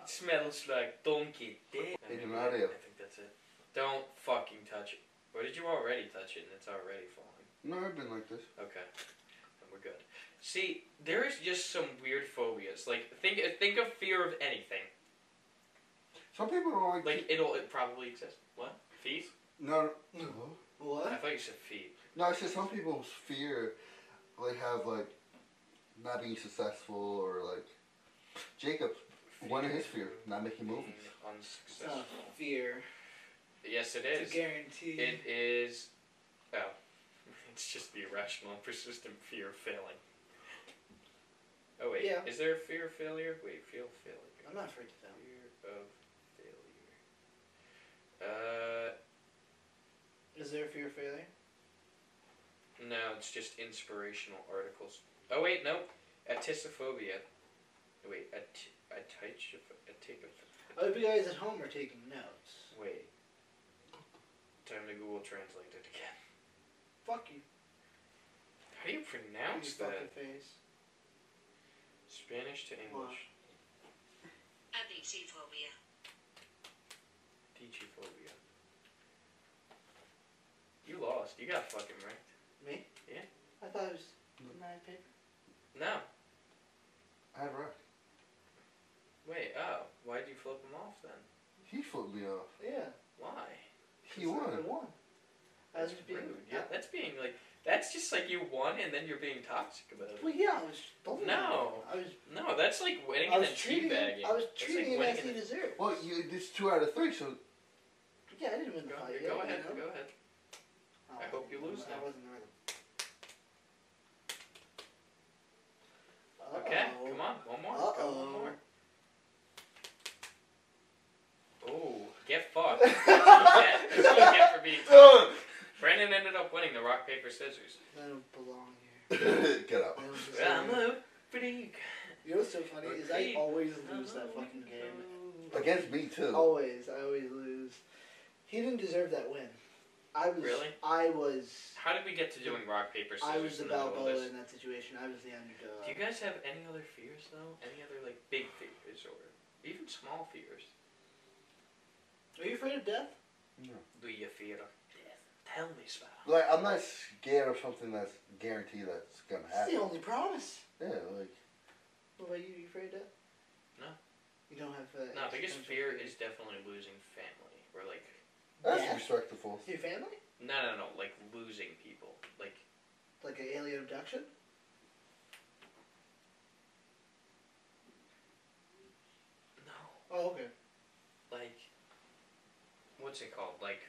[SPEAKER 1] smells like donkey dick.
[SPEAKER 3] Hey,
[SPEAKER 1] Maybe-
[SPEAKER 3] Mario.
[SPEAKER 1] I think that's it. Don't fucking touch it. Or did you already touch it and it's already falling?
[SPEAKER 3] No, I've been like this.
[SPEAKER 1] Okay, then we're good. See, there is just some weird phobias. Like think think of fear of anything.
[SPEAKER 3] Some people don't like.
[SPEAKER 1] Like it'll it probably exists. What feet?
[SPEAKER 3] no, no.
[SPEAKER 1] I
[SPEAKER 2] What?
[SPEAKER 1] thought you said feet.
[SPEAKER 3] No, I said some people's fear, like have like, not being successful or like, Jacob, one of his fear, not making movies.
[SPEAKER 1] Being
[SPEAKER 2] It's not
[SPEAKER 1] Unsuccessful.
[SPEAKER 2] fear.
[SPEAKER 1] Yes, it
[SPEAKER 2] It's
[SPEAKER 1] is.
[SPEAKER 2] a guarantee.
[SPEAKER 1] It is. Oh. It's just the irrational and persistent fear of failing. Oh wait,
[SPEAKER 2] Yeah.
[SPEAKER 1] is there a fear of failure? Wait, feel failure.
[SPEAKER 2] I'm not afraid to fail.
[SPEAKER 1] Fear of failure. Uh,
[SPEAKER 2] Is there a fear of failure?
[SPEAKER 1] no, it's just inspirational articles. Oh wait, no, atisophobia. Wait, at
[SPEAKER 2] I hope you guys at home are taking notes.
[SPEAKER 1] Wait. Time to Google Translate it again.
[SPEAKER 2] Fuck you.
[SPEAKER 1] How do you
[SPEAKER 2] you
[SPEAKER 1] pronounce
[SPEAKER 2] fucking
[SPEAKER 1] that?
[SPEAKER 2] face.
[SPEAKER 1] Spanish to English.
[SPEAKER 4] Adisophobia.
[SPEAKER 1] Teachophobia. You lost. You got fucking right.
[SPEAKER 2] Me?
[SPEAKER 1] Yeah.
[SPEAKER 2] I thought it was. Didn't I have paper?
[SPEAKER 1] No.
[SPEAKER 3] I had right.
[SPEAKER 1] Wait. Oh. Why'd you flip him off then?
[SPEAKER 3] He flipped me off.
[SPEAKER 2] Yeah.
[SPEAKER 1] Why?
[SPEAKER 3] He won.
[SPEAKER 2] I won. I was
[SPEAKER 1] That's
[SPEAKER 2] just being.
[SPEAKER 1] rude. Yeah. That's being like. That's just like you won and then you're being toxic about it.
[SPEAKER 2] Well, yeah, I was. bullying
[SPEAKER 1] No.
[SPEAKER 2] him. I was.
[SPEAKER 1] No, that's like winning
[SPEAKER 2] I
[SPEAKER 1] and
[SPEAKER 2] was
[SPEAKER 1] then
[SPEAKER 2] treating him.
[SPEAKER 1] teabagging.
[SPEAKER 2] I was
[SPEAKER 1] That's
[SPEAKER 2] treating
[SPEAKER 1] like
[SPEAKER 2] him
[SPEAKER 1] winning
[SPEAKER 2] as he
[SPEAKER 1] and then-
[SPEAKER 2] deserved.
[SPEAKER 3] Well, you, it's two out of three, so
[SPEAKER 2] yeah, I didn't win the
[SPEAKER 1] Go,
[SPEAKER 2] fight.
[SPEAKER 1] go
[SPEAKER 2] yeah,
[SPEAKER 1] ahead.
[SPEAKER 2] You know?
[SPEAKER 1] Go ahead.
[SPEAKER 2] Oh,
[SPEAKER 1] I hope you
[SPEAKER 2] didn't-
[SPEAKER 1] lose
[SPEAKER 2] I
[SPEAKER 1] now.
[SPEAKER 2] wasn't ready.
[SPEAKER 1] Okay, come on, one more. Go one
[SPEAKER 2] Uh-oh.
[SPEAKER 1] more. Oh, get fucked. That's what you get. That's what you get for being
[SPEAKER 3] Ugh.
[SPEAKER 1] Brandon ended up winning the rock, paper, scissors.
[SPEAKER 2] I don't belong here.
[SPEAKER 3] get out.
[SPEAKER 2] I don't deserve
[SPEAKER 1] I'm
[SPEAKER 2] it.
[SPEAKER 1] a freak.
[SPEAKER 2] You know what's so funny is I
[SPEAKER 1] Repeat. Uh-huh.
[SPEAKER 2] always
[SPEAKER 1] I'm
[SPEAKER 2] lose that
[SPEAKER 1] a
[SPEAKER 2] fucking game.
[SPEAKER 1] freak.
[SPEAKER 3] Against me too.
[SPEAKER 2] Always, I always lose. He didn't deserve that win. I was.
[SPEAKER 1] Really?
[SPEAKER 2] I was.
[SPEAKER 1] How did we get to doing rock, paper, scissors?
[SPEAKER 2] I was the
[SPEAKER 1] in the middle of
[SPEAKER 2] Balboa
[SPEAKER 1] this?
[SPEAKER 2] in that situation. I was the underdog.
[SPEAKER 1] Do you guys have any other fears though? Any other like big fears or even small fears?
[SPEAKER 2] Are you afraid of death?
[SPEAKER 1] Do you fear of death? Tell me, Spa.
[SPEAKER 3] Like I'm not scared of something that's guaranteed that's gonna
[SPEAKER 2] That's
[SPEAKER 3] happen.
[SPEAKER 2] the only promise.
[SPEAKER 3] Yeah, like
[SPEAKER 2] What about you? Are you afraid of death?
[SPEAKER 1] No.
[SPEAKER 2] You don't have. Uh,
[SPEAKER 1] No, biggest
[SPEAKER 2] existential
[SPEAKER 1] fear is definitely losing family or like
[SPEAKER 3] that's
[SPEAKER 2] Yeah.
[SPEAKER 3] respectful.
[SPEAKER 2] Your family?
[SPEAKER 1] No, no, no. Like losing people. Like
[SPEAKER 2] Like an alien abduction?
[SPEAKER 1] no.
[SPEAKER 2] Oh, okay.
[SPEAKER 1] Like what's it called? Like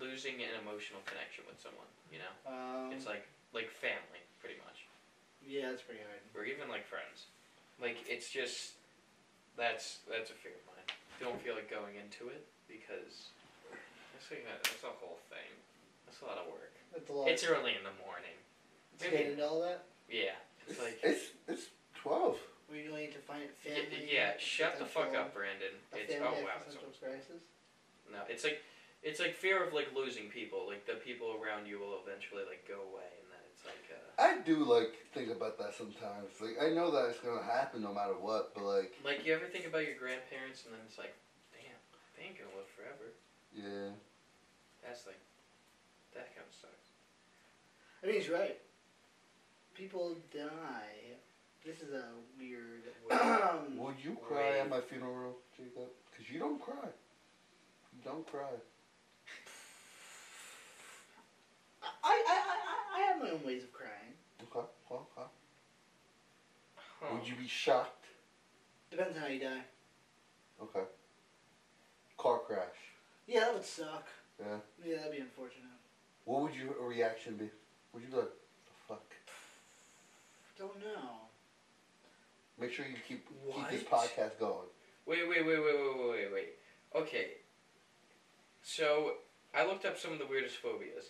[SPEAKER 1] losing an emotional connection with someone. You know,
[SPEAKER 2] Um,
[SPEAKER 1] it's like like family, pretty much,
[SPEAKER 2] yeah, that's pretty hard.
[SPEAKER 1] or even like friends. Like it's just that's that's a fear of mine. Don't feel like going into it because that's like a, that's a whole thing. That's a lot of work.
[SPEAKER 2] That's a lot.
[SPEAKER 1] It's early in the morning.
[SPEAKER 2] to get into all that.
[SPEAKER 1] Yeah, it's
[SPEAKER 3] It's
[SPEAKER 1] like
[SPEAKER 3] it's it's twelve.
[SPEAKER 2] We're going to find
[SPEAKER 1] y-
[SPEAKER 2] family.
[SPEAKER 1] yeah. Shut the fuck
[SPEAKER 2] potential-
[SPEAKER 1] up, Brandon.
[SPEAKER 2] A
[SPEAKER 1] It's oh
[SPEAKER 2] family
[SPEAKER 1] wow, it's
[SPEAKER 2] existential crisis.
[SPEAKER 1] No, it's like it's like fear of like losing people. Like the people around you will eventually like go away, and then it's like uh,
[SPEAKER 3] I do like think about that sometimes. Like I know that it's gonna happen no matter what, but like
[SPEAKER 1] like you ever think about your grandparents, and then it's like, damn, they ain't gonna live forever.
[SPEAKER 3] yeah,
[SPEAKER 1] That's like that kind of sucks.
[SPEAKER 2] I mean, he's right. People die. This is a weird.
[SPEAKER 3] would you cry
[SPEAKER 1] Wait.
[SPEAKER 3] at my funeral, Jacob? Cause you don't cry. You don't cry.
[SPEAKER 2] I, I, I, I- I have my own ways of crying.
[SPEAKER 3] Okay, well, okay.
[SPEAKER 1] Huh.
[SPEAKER 3] Would you be shocked?
[SPEAKER 2] Depends on how you die.
[SPEAKER 3] Okay. Car crash.
[SPEAKER 2] Yeah, that would suck.
[SPEAKER 3] Yeah.
[SPEAKER 2] Yeah, that'd be unfortunate.
[SPEAKER 3] What would your reaction be? Would you be like, the fuck?
[SPEAKER 2] Don't know.
[SPEAKER 3] Make sure you keep
[SPEAKER 1] What?
[SPEAKER 3] keep this podcast going.
[SPEAKER 1] Wait, wait, wait, wait, wait, wait, wait, wait. Okay. So I looked up some of the weirdest phobias.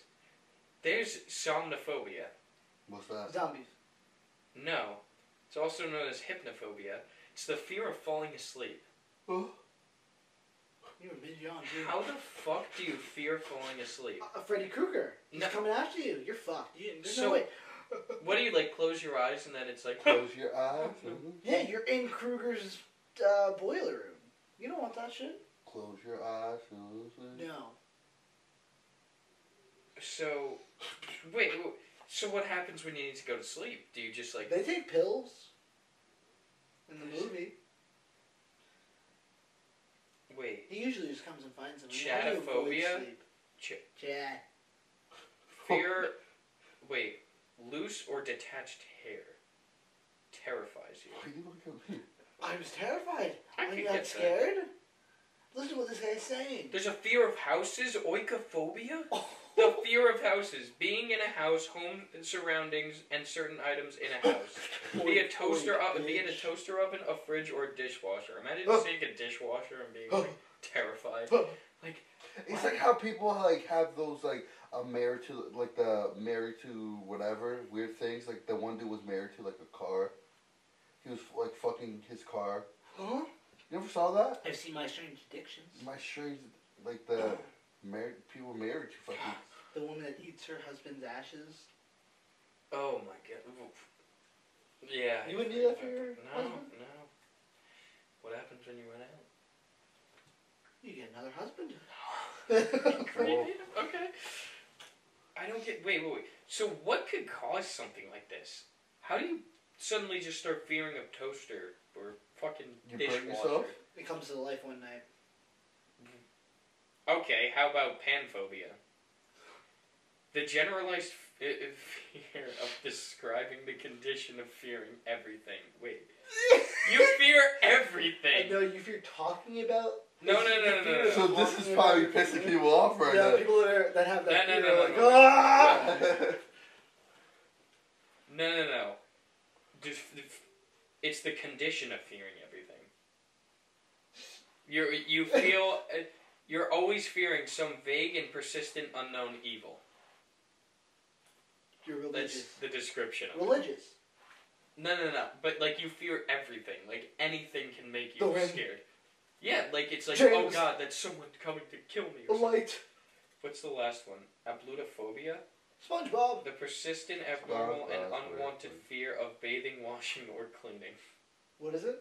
[SPEAKER 1] There's somnophobia.
[SPEAKER 3] What's that?
[SPEAKER 2] Zombies.
[SPEAKER 1] No, it's also known as hypnophobia. It's the fear of falling asleep.
[SPEAKER 2] You were mid yawn too.
[SPEAKER 1] How the fuck do you fear falling asleep?
[SPEAKER 2] Uh, Freddy Krueger. He's
[SPEAKER 1] No.
[SPEAKER 2] coming after you. You're fucked. You, there's
[SPEAKER 1] So-
[SPEAKER 2] no way.
[SPEAKER 1] What do you like? Close your eyes and then it's like.
[SPEAKER 3] Close your eyes. mhm.
[SPEAKER 2] Yeah, you're in Krueger's uh, boiler room. You don't want that shit.
[SPEAKER 3] Close your eyes. mhm.
[SPEAKER 1] Mm-hmm.
[SPEAKER 2] No.
[SPEAKER 1] So, wait. w- So what happens when you need to go to sleep? Do you just like?
[SPEAKER 2] They take pills. In the movie,
[SPEAKER 1] Wait.
[SPEAKER 2] he usually just comes and finds them.
[SPEAKER 1] Chadophobia?
[SPEAKER 2] Ch-
[SPEAKER 1] Ch-
[SPEAKER 2] Chad.
[SPEAKER 1] Fear. Wait. Loose or detached hair terrifies you.
[SPEAKER 3] Why you look at me?
[SPEAKER 2] I was terrified.
[SPEAKER 1] I
[SPEAKER 2] when
[SPEAKER 1] could
[SPEAKER 2] you
[SPEAKER 1] get
[SPEAKER 2] got
[SPEAKER 1] that.
[SPEAKER 2] scared, Listen to what this guy's saying.
[SPEAKER 1] There's a fear of houses, oikophobia?
[SPEAKER 2] Oh.
[SPEAKER 1] The fear of houses, being in a house, home surroundings, and certain items in a house. Be a toaster oven, be in a toaster oven, a fridge, or a dishwasher. Imagine
[SPEAKER 3] Oh.
[SPEAKER 1] seeing a dishwasher
[SPEAKER 2] Oh.
[SPEAKER 1] and being like terrified.
[SPEAKER 3] Oh.
[SPEAKER 1] Like,
[SPEAKER 3] It's like how people like have those like a married to like the married to whatever weird things. Like the one dude was married to like a car. He was like fucking his car.
[SPEAKER 2] Huh?
[SPEAKER 3] You never saw that?
[SPEAKER 4] I've seen my strange addictions.
[SPEAKER 3] My strange like the married people married to fucking.
[SPEAKER 2] The woman that eats her husband's ashes.
[SPEAKER 1] oh my god. Oof. Yeah.
[SPEAKER 2] You wouldn't do that for your
[SPEAKER 1] No,
[SPEAKER 2] husband?
[SPEAKER 1] no. What happens when you run out?
[SPEAKER 2] You get another husband.
[SPEAKER 1] Creative? Okay. I don't get. Wait, wait, wait. So, what could cause something like this? How do you suddenly just start fearing of toaster or fucking
[SPEAKER 3] You burnt
[SPEAKER 1] dishwasher?
[SPEAKER 3] yourself?
[SPEAKER 2] It comes to life one night.
[SPEAKER 1] Okay, how about panphobia? The generalized f- i- i- fear of describing the condition of fearing everything. Wait, you fear
[SPEAKER 2] I
[SPEAKER 1] everything.
[SPEAKER 2] know if you're talking about.
[SPEAKER 1] No, no, no, no, no, no.
[SPEAKER 3] so this is probably pissing people off right
[SPEAKER 2] yeah,
[SPEAKER 3] now.
[SPEAKER 2] people that, are, that have that
[SPEAKER 1] No,
[SPEAKER 2] fear
[SPEAKER 1] no, no,
[SPEAKER 2] are like,
[SPEAKER 1] no, no.
[SPEAKER 2] ah!
[SPEAKER 1] No, no, no. Just, it's the condition of fearing everything. You you feel uh, you're always fearing some vague and persistent unknown evil.
[SPEAKER 2] You're
[SPEAKER 1] That's
[SPEAKER 2] religious.
[SPEAKER 1] the description. Of it.
[SPEAKER 2] Religious.
[SPEAKER 1] No, no, no. But like you fear everything. Like anything can make you
[SPEAKER 2] The wind.
[SPEAKER 1] scared. Yeah, like it's like oh
[SPEAKER 2] James.
[SPEAKER 1] god, that's someone coming to kill me.
[SPEAKER 2] The
[SPEAKER 1] Or something.
[SPEAKER 2] light.
[SPEAKER 1] What's the last one? Ablutophobia.
[SPEAKER 2] SpongeBob.
[SPEAKER 1] The persistent, abnormal, and
[SPEAKER 3] that's weird.
[SPEAKER 1] unwanted fear of bathing, washing, or cleaning.
[SPEAKER 2] What is it?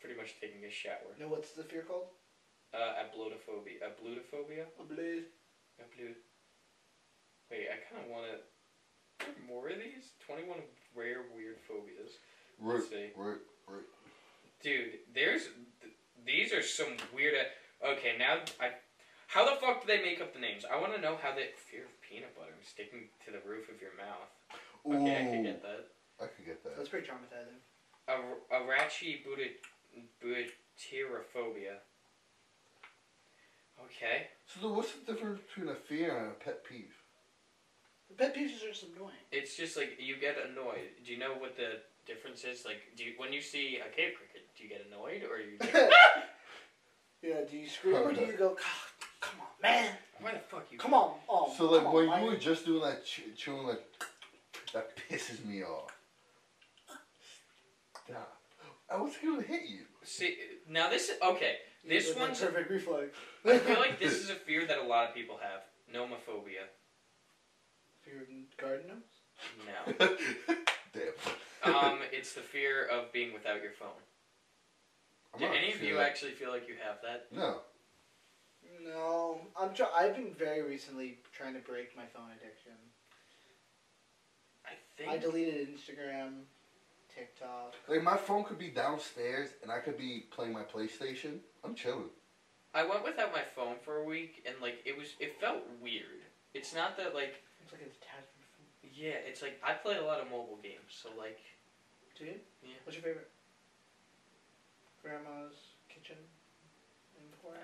[SPEAKER 1] Pretty much taking a shower.
[SPEAKER 2] No, what's the fear called?
[SPEAKER 1] Uh, ablutophobia. Ablutophobia?
[SPEAKER 2] A blaze.
[SPEAKER 1] Ablut. Wait, I kind of want to. More of these? 21 rare weird phobias.
[SPEAKER 3] Root,
[SPEAKER 1] Let's see.
[SPEAKER 3] root.
[SPEAKER 1] Dude, there's. Th- these are some weird. uh, Okay, now I. How the fuck do they make up the names? I want to know how they. Fear of peanut butter and sticking to the roof of your mouth.
[SPEAKER 3] Ooh,
[SPEAKER 1] Okay, I can get that.
[SPEAKER 3] I could get that.
[SPEAKER 2] That's pretty traumatizing.
[SPEAKER 1] Ar- Arachi Butyrophobia. Okay.
[SPEAKER 3] So then what's the difference between a fear and a pet peeve?
[SPEAKER 2] The pet peeves are just annoying.
[SPEAKER 1] It's just like you get annoyed. Do you know what the difference is? Like, do you, when you see a cave cricket, do you get annoyed or you? Like,
[SPEAKER 2] Yeah, do you scream or do you go, "God, come on, man?
[SPEAKER 1] Why the fuck you?
[SPEAKER 2] Come on, oh,
[SPEAKER 3] So like
[SPEAKER 2] come
[SPEAKER 3] when
[SPEAKER 2] on,
[SPEAKER 3] you
[SPEAKER 2] Mike."
[SPEAKER 3] were just doing that ch- chewing like that pisses me off. Stop. I was gonna hit you.
[SPEAKER 1] See, now this okay. This
[SPEAKER 2] With my
[SPEAKER 1] one's.
[SPEAKER 2] perfect reflex.
[SPEAKER 1] I feel like this is a fear that a lot of people have. Nomophobia.
[SPEAKER 2] Fear of garden gnomes?
[SPEAKER 1] No.
[SPEAKER 3] Damn.
[SPEAKER 1] Um, it's the fear of being without your phone.
[SPEAKER 3] I'm
[SPEAKER 1] Do
[SPEAKER 3] not
[SPEAKER 1] any of
[SPEAKER 3] sure
[SPEAKER 1] you
[SPEAKER 3] that-
[SPEAKER 1] actually feel like you have that?
[SPEAKER 3] No.
[SPEAKER 2] No, I'm. Try- I've been very recently trying to break my phone addiction.
[SPEAKER 1] I think.
[SPEAKER 2] I deleted Instagram, TikTok.
[SPEAKER 3] Like my phone could be downstairs and I could be playing my PlayStation. I'm chilling.
[SPEAKER 1] I went without my phone for a week and like it was. It felt weird. It's not that like.
[SPEAKER 2] It's like a detachment from.
[SPEAKER 1] Yeah, it's like I play a lot of mobile games, so like.
[SPEAKER 2] Do you?
[SPEAKER 1] Yeah.
[SPEAKER 2] What's your favorite? Grandma's kitchen. Emporium.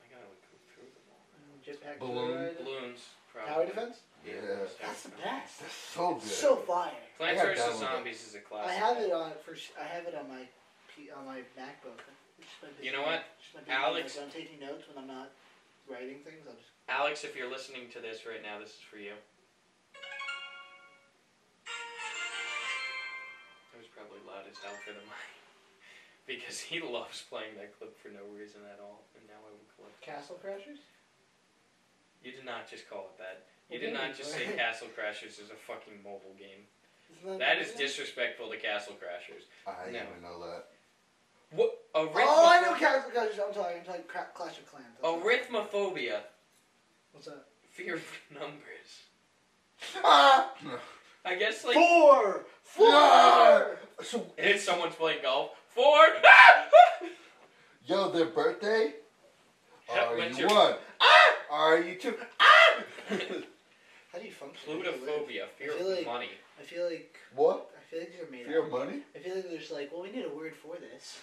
[SPEAKER 1] I gotta look through them
[SPEAKER 2] Jetpack.
[SPEAKER 3] Balloon.
[SPEAKER 1] all.
[SPEAKER 2] Joyride,
[SPEAKER 1] Balloons. Probably.
[SPEAKER 2] Tower defense.
[SPEAKER 1] Yeah.
[SPEAKER 3] Yeah.
[SPEAKER 2] That's the best.
[SPEAKER 3] That's so good.
[SPEAKER 2] So fire.
[SPEAKER 1] Plants
[SPEAKER 3] I have
[SPEAKER 1] vs
[SPEAKER 3] downloaded
[SPEAKER 1] Zombies is a classic.
[SPEAKER 2] I have it on for. I have it on my P, on my MacBook. It's just my
[SPEAKER 1] You
[SPEAKER 2] busy-
[SPEAKER 1] know what?
[SPEAKER 2] it's just my busy notes.
[SPEAKER 1] Alex-
[SPEAKER 2] When I'm taking notes when I'm not writing things. I'll just.
[SPEAKER 1] Alex, if you're listening to this right now, this is for you. That was probably loud as hell for the mic. Because he loves playing that clip for no reason at all, and now I will collect.
[SPEAKER 2] Castle Crashers.
[SPEAKER 1] You did not just call it that. You
[SPEAKER 2] Well,
[SPEAKER 1] did not
[SPEAKER 2] yeah,
[SPEAKER 1] just
[SPEAKER 2] right.
[SPEAKER 1] say Castle Crashers is a fucking mobile game.
[SPEAKER 2] Isn't that,
[SPEAKER 1] That is
[SPEAKER 2] amazing?
[SPEAKER 1] disrespectful to Castle Crashers.
[SPEAKER 3] I didn't
[SPEAKER 1] No.
[SPEAKER 3] even know that.
[SPEAKER 1] What?
[SPEAKER 2] Oh, I know Castle Crashers. I'm talking. I'm talking Cra- Clash of Clans.
[SPEAKER 1] Oh,
[SPEAKER 2] That's what I'm talking about.
[SPEAKER 1] Arithmophobia,
[SPEAKER 2] What's that?
[SPEAKER 1] fear of numbers.
[SPEAKER 2] Ah,
[SPEAKER 1] I guess like
[SPEAKER 2] four, four.
[SPEAKER 3] Yeah. So
[SPEAKER 1] if someone's playing golf, four.
[SPEAKER 3] yo, their birthday. Are
[SPEAKER 1] When's
[SPEAKER 3] you
[SPEAKER 1] your-
[SPEAKER 3] one? Ah! Are you two? Ah!
[SPEAKER 2] How do you function? How do you live?
[SPEAKER 1] Plutophobia, fear
[SPEAKER 2] I feel
[SPEAKER 1] of
[SPEAKER 2] like-
[SPEAKER 1] money.
[SPEAKER 2] I feel like
[SPEAKER 3] what?
[SPEAKER 2] I feel like they're made
[SPEAKER 3] Fear
[SPEAKER 2] up.
[SPEAKER 3] of money?
[SPEAKER 2] I feel like they're just like, well, we need a word for this.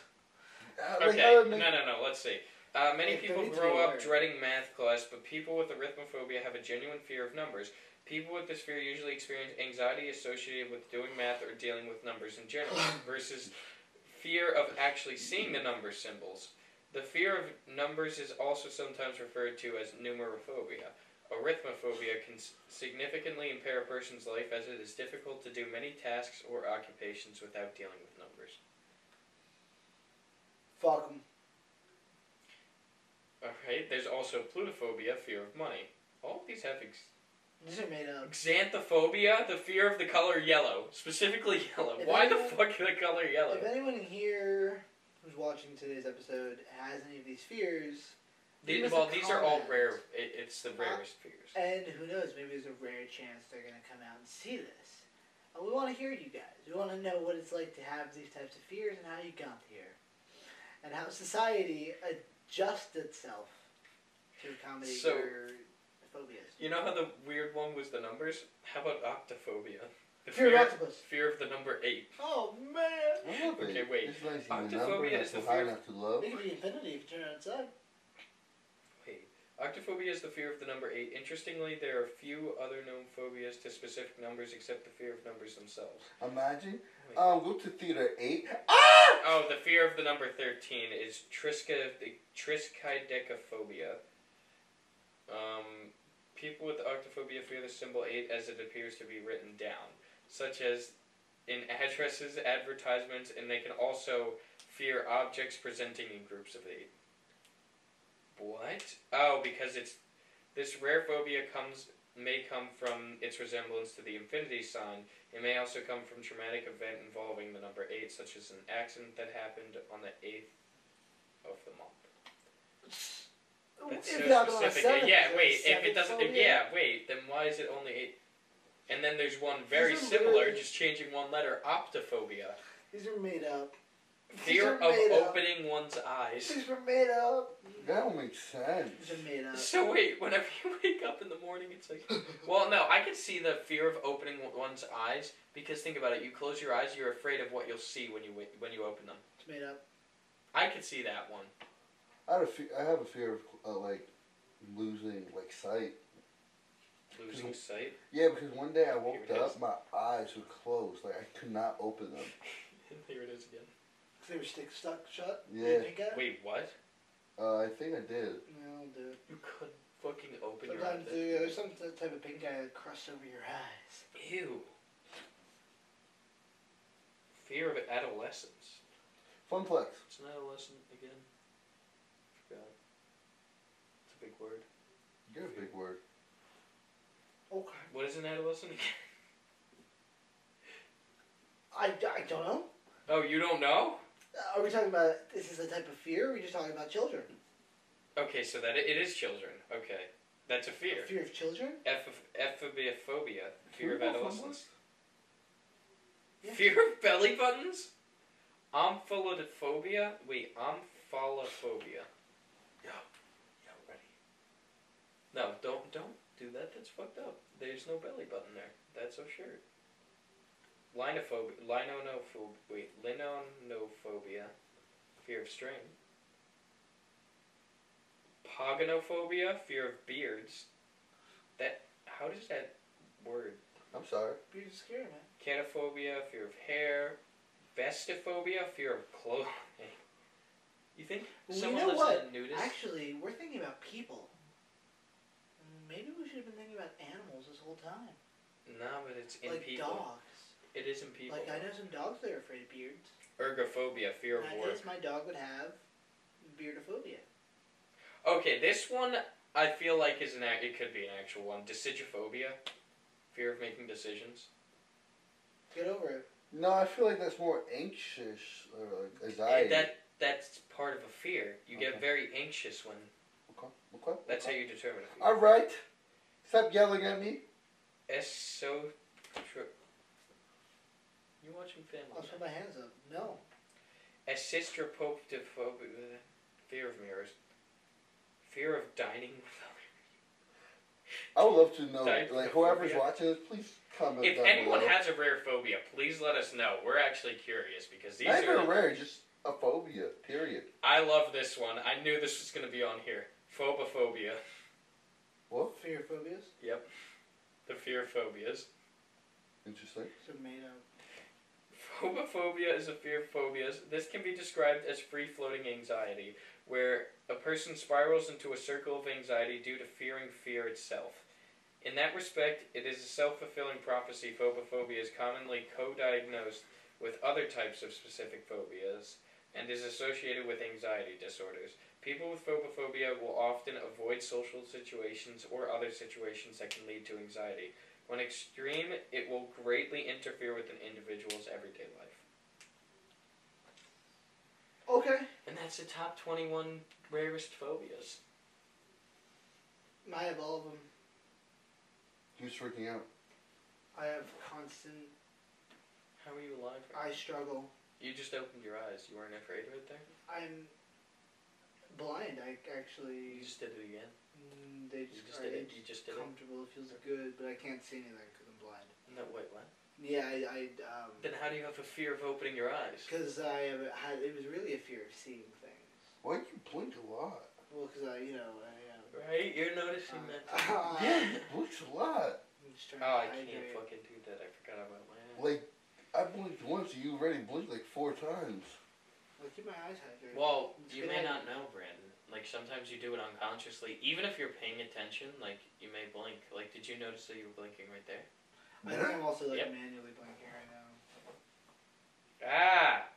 [SPEAKER 3] Uh, like,
[SPEAKER 1] Okay,
[SPEAKER 3] how
[SPEAKER 1] no,
[SPEAKER 3] it
[SPEAKER 1] no,
[SPEAKER 3] make-
[SPEAKER 1] no. Let's see. Uh, many
[SPEAKER 2] Yeah,
[SPEAKER 1] people
[SPEAKER 2] 32
[SPEAKER 1] grow up
[SPEAKER 2] word.
[SPEAKER 1] dreading math class, but people with arithmophobia have a genuine fear of numbers. People with this fear usually experience anxiety associated with doing math or dealing with numbers in general, versus fear of actually seeing the number symbols. The fear of numbers is also sometimes referred to as numerophobia. Arithmophobia can s- significantly impair a person's life as it is difficult to do many tasks or occupations without dealing with numbers.
[SPEAKER 2] Fuck 'em.
[SPEAKER 1] Alright, there's also plutophobia, fear of money. All of these have ex-
[SPEAKER 2] These are made up.
[SPEAKER 1] Xanthophobia, the fear of the color yellow, specifically yellow.
[SPEAKER 2] If
[SPEAKER 1] Why the
[SPEAKER 2] anyone-
[SPEAKER 1] fuck the color yellow?
[SPEAKER 2] If anyone in here who's watching today's episode has any of these fears, leave
[SPEAKER 1] These,
[SPEAKER 2] us a
[SPEAKER 1] well, these are all
[SPEAKER 2] comment.
[SPEAKER 1] rare. It, it's the rarest fears.
[SPEAKER 2] And who knows, maybe there's a rare chance they're going to come out and see this. And we want to hear you guys. We want to know what it's like to have these types of fears and how you got here. And how society adjusts itself to accommodate
[SPEAKER 1] So-
[SPEAKER 2] your phobias.
[SPEAKER 1] You know how the weird one was the numbers? How about octophobia? The
[SPEAKER 2] Fear of
[SPEAKER 1] fear,
[SPEAKER 2] octopus.
[SPEAKER 1] fear of the number eight.
[SPEAKER 2] Oh, man.
[SPEAKER 3] I love it.
[SPEAKER 1] Okay, wait.
[SPEAKER 3] It's nice and
[SPEAKER 1] Octophobia
[SPEAKER 3] number, not
[SPEAKER 1] is
[SPEAKER 3] too
[SPEAKER 1] the
[SPEAKER 3] high,
[SPEAKER 1] fear-
[SPEAKER 3] not too low.
[SPEAKER 2] It could be infinity if you turn it outside.
[SPEAKER 1] Octophobia is the fear of the number eight. Interestingly, there are few other known phobias to specific numbers except the fear of numbers themselves.
[SPEAKER 3] Imagine.
[SPEAKER 1] Wait.
[SPEAKER 3] Um, go to theater eight. Ah!
[SPEAKER 1] Oh, the fear of the number 13 is trisca, triskidecophobia. Um, people with octophobia fear the symbol 8 as it appears to be written down, such as in addresses, advertisements, and they can also fear objects presenting in groups of 8. What? Oh, because it's. This rare phobia comes may come from its resemblance to the infinity sign it may also come from traumatic event involving the number eight, such as an accident that happened on the eighth of the month. That's
[SPEAKER 2] Oh, If
[SPEAKER 1] so
[SPEAKER 2] not on a
[SPEAKER 1] specific.
[SPEAKER 2] seventh,
[SPEAKER 1] yeah,
[SPEAKER 2] is there a
[SPEAKER 1] wait. If it
[SPEAKER 2] seventh
[SPEAKER 1] doesn't, if-
[SPEAKER 2] phobia?
[SPEAKER 1] yeah, wait. Then why is it only eight? And then there's one very
[SPEAKER 2] These are
[SPEAKER 1] similar,
[SPEAKER 2] really-
[SPEAKER 1] just changing one letter, optophobia.
[SPEAKER 2] These are made up. These
[SPEAKER 1] Fear
[SPEAKER 2] are
[SPEAKER 1] of
[SPEAKER 2] made up.
[SPEAKER 1] opening one's eyes.
[SPEAKER 2] These were made up.
[SPEAKER 3] That don't make sense.
[SPEAKER 2] These are made up.
[SPEAKER 1] So wait, whenever you wake up in the morning, it's like, well, no, I can see the fear of opening one's eyes because think about it. You close your eyes, you're afraid of what you'll see when you wa- when you open them.
[SPEAKER 2] It's made up.
[SPEAKER 1] I could see that one.
[SPEAKER 3] I have a fear, I have a fear of uh, like losing like sight.
[SPEAKER 1] Losing sight.
[SPEAKER 3] Yeah, because one day I woke
[SPEAKER 1] Here it is.
[SPEAKER 3] up, my eyes were closed, like I could not open them.
[SPEAKER 1] Here it is again.
[SPEAKER 2] They were stick stuck shut.
[SPEAKER 3] Yeah.
[SPEAKER 2] Did you get it?
[SPEAKER 1] Wait, what?
[SPEAKER 3] Uh, I think I did.
[SPEAKER 2] No, dude.
[SPEAKER 1] You could fucking open your eyes.
[SPEAKER 2] Sometimes uh, there's some t- type of pink eye that crusts over your eyes.
[SPEAKER 1] Ew. Fear of adolescence.
[SPEAKER 3] Fun flex.
[SPEAKER 1] It's an adolescent again. Forgot. It's a big word.
[SPEAKER 3] You're a big word.
[SPEAKER 2] Okay.
[SPEAKER 1] What is an adolescent again?
[SPEAKER 2] I, I don't know.
[SPEAKER 1] Oh, you don't know?
[SPEAKER 2] Uh, Are we talking about this is a type of fear? Or are we just talking about children?
[SPEAKER 1] Okay, so that it is children. Okay, that's a fear.
[SPEAKER 2] A fear of children?
[SPEAKER 1] Ephobiophobia. Fear of
[SPEAKER 3] Can we go fun
[SPEAKER 1] adolescence.
[SPEAKER 3] flex?
[SPEAKER 2] Yeah.
[SPEAKER 1] Fear of belly buttons. Omphalophobia. Wait, omphalophobia. Yo, yo, ready? No, don't, don't do that. That's fucked up. There's no belly button there. That's so sure. Linophobia. Linonophobia. Wait, linonophobia. Fear of string. Pogonophobia. Fear of beards. That. How does that word?
[SPEAKER 3] I'm sorry.
[SPEAKER 2] Beards are scary, man.
[SPEAKER 1] Cataphobia, fear of hair, vestophobia, fear of clothing. You think
[SPEAKER 2] Well, you
[SPEAKER 1] someone
[SPEAKER 2] know
[SPEAKER 1] lives
[SPEAKER 2] what?
[SPEAKER 1] in a nudist?
[SPEAKER 2] Actually, we're thinking about people. Maybe we should have been thinking about animals this whole time.
[SPEAKER 1] no, but it's in
[SPEAKER 2] like
[SPEAKER 1] people.
[SPEAKER 2] dogs.
[SPEAKER 1] It is in people.
[SPEAKER 2] Like I know some dogs that are afraid of beards.
[SPEAKER 1] Ergophobia, fear of
[SPEAKER 2] and I
[SPEAKER 1] work.
[SPEAKER 2] guess my dog would have beardophobia.
[SPEAKER 1] Okay, this one I feel like is an act. It could be an actual one. Decidophobia, fear of making decisions.
[SPEAKER 2] Get over it.
[SPEAKER 3] No, I feel like that's more anxious or like
[SPEAKER 1] Eh,
[SPEAKER 3] anxiety.
[SPEAKER 1] That that's part of a fear. You get
[SPEAKER 3] Okay.
[SPEAKER 1] very anxious when.
[SPEAKER 3] okay. Okay.
[SPEAKER 1] That's how you determine a fear.
[SPEAKER 3] All right. Stop yelling at me.
[SPEAKER 1] It's so true. You watching Family?
[SPEAKER 2] I'll
[SPEAKER 1] Guy?
[SPEAKER 2] put my hands up. No.
[SPEAKER 1] A sister pope to phob- uh, fear of mirrors. Fear of dining with
[SPEAKER 3] I would love to know,
[SPEAKER 1] Sorry,
[SPEAKER 3] like whoever's
[SPEAKER 1] phobia.
[SPEAKER 3] watching this, please comment
[SPEAKER 1] others. If
[SPEAKER 3] down
[SPEAKER 1] anyone
[SPEAKER 3] below.
[SPEAKER 1] has a rare phobia, please let us know. We're actually curious because these
[SPEAKER 3] Not
[SPEAKER 1] are.
[SPEAKER 3] even rare, just a phobia. Period.
[SPEAKER 1] I love this this one. I knew this was gonna be on here. Phobophobia.
[SPEAKER 3] What?
[SPEAKER 2] Fear phobias?
[SPEAKER 1] Yep. The fear phobias.
[SPEAKER 3] Interesting.
[SPEAKER 2] They're made up.
[SPEAKER 1] Phobophobia is a fear of phobias. This can be described as free floating anxiety, where a person spirals into a circle of anxiety due to fearing fear itself. In that respect, it is a self fulfilling prophecy. Phobophobia is commonly co diagnosed with other types of specific phobias and is associated with anxiety disorders. People with phobophobia will often avoid social situations or other situations that can lead to anxiety. When extreme, it will greatly interfere with an individual's everyday life.
[SPEAKER 2] Okay.
[SPEAKER 1] And that's the top 21 rarest phobias.
[SPEAKER 2] I have all of them.
[SPEAKER 3] Who's freaking out?
[SPEAKER 2] I have constant.
[SPEAKER 1] How are you alive?
[SPEAKER 2] I struggle.
[SPEAKER 1] You just opened your eyes. You weren't afraid right there?
[SPEAKER 2] I'm blind. I actually.
[SPEAKER 1] You just did it again.
[SPEAKER 2] Mm, they
[SPEAKER 1] You
[SPEAKER 2] just,
[SPEAKER 1] just
[SPEAKER 2] are
[SPEAKER 1] did it.
[SPEAKER 2] it's
[SPEAKER 1] You just did it.
[SPEAKER 2] comfortable. It feels good, but I can't see anything because I'm blind.
[SPEAKER 1] No, wait, what?
[SPEAKER 2] Yeah, I. I um,
[SPEAKER 1] Then how do you have a fear of opening your eyes?
[SPEAKER 2] Because I have had it was really a fear of seeing things.
[SPEAKER 3] Why do you blink a lot?
[SPEAKER 2] Well, because I, you know, I. Um,
[SPEAKER 1] Right? You're noticing
[SPEAKER 2] Uh,
[SPEAKER 1] that.
[SPEAKER 3] Yeah, you blink a lot.
[SPEAKER 2] I'm just trying
[SPEAKER 1] oh, I
[SPEAKER 2] to
[SPEAKER 1] can't
[SPEAKER 2] hydrate.
[SPEAKER 1] fucking do that. I forgot about my eyes.
[SPEAKER 3] Like, I blinked once and you already blinked like four times.
[SPEAKER 2] Well, keep my eyes hydrated.
[SPEAKER 1] Well,
[SPEAKER 2] It's
[SPEAKER 1] you
[SPEAKER 2] good
[SPEAKER 1] may
[SPEAKER 2] idea.
[SPEAKER 1] not know, Brandon. Like, sometimes you do it unconsciously. Even if you're paying attention, like, you may blink. Like, did you notice that you were blinking right there?
[SPEAKER 2] I think I'm also like
[SPEAKER 1] Yep.
[SPEAKER 2] manually blinking right now.
[SPEAKER 1] Ah!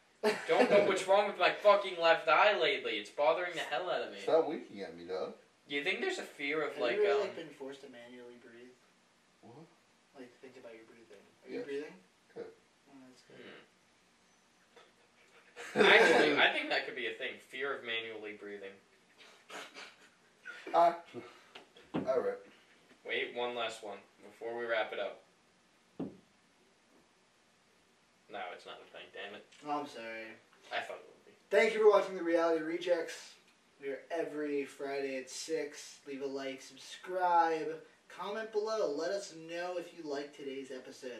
[SPEAKER 1] Don't know what's wrong with my fucking left eye lately. It's bothering the hell out of me.
[SPEAKER 3] Stop winking at me, dog.
[SPEAKER 1] You think there's a fear of
[SPEAKER 2] Have
[SPEAKER 1] like,
[SPEAKER 2] you ever
[SPEAKER 1] um,
[SPEAKER 2] like been forced to manually breathe?
[SPEAKER 3] What?
[SPEAKER 2] Like think about your breathing. Are
[SPEAKER 3] Yes.
[SPEAKER 2] you breathing?
[SPEAKER 3] Good.
[SPEAKER 2] Oh, that's good.
[SPEAKER 1] hmm. actually, I think that could be a thing. Fear of manually breathing.
[SPEAKER 3] I... Alright.
[SPEAKER 1] Wait, one last one before we wrap it up. No, it's not a thing. Damn it!
[SPEAKER 2] Oh, I'm sorry.
[SPEAKER 1] I thought it would be.
[SPEAKER 2] Thank you for watching the Reality Rejects. We are every Friday at six. Leave a like, subscribe, comment below. Let us know if you like today's episode.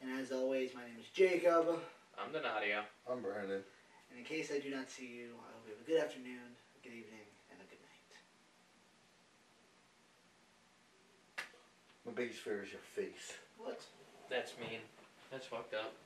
[SPEAKER 2] And as always, my name is Jacob.
[SPEAKER 1] I'm the Nadia.
[SPEAKER 3] I'm Brandon.
[SPEAKER 2] And in case I do not see you, I hope you have a good afternoon, a good evening, and a good night.
[SPEAKER 3] My biggest fear is your face.
[SPEAKER 2] What?
[SPEAKER 1] That's mean. That's fucked up.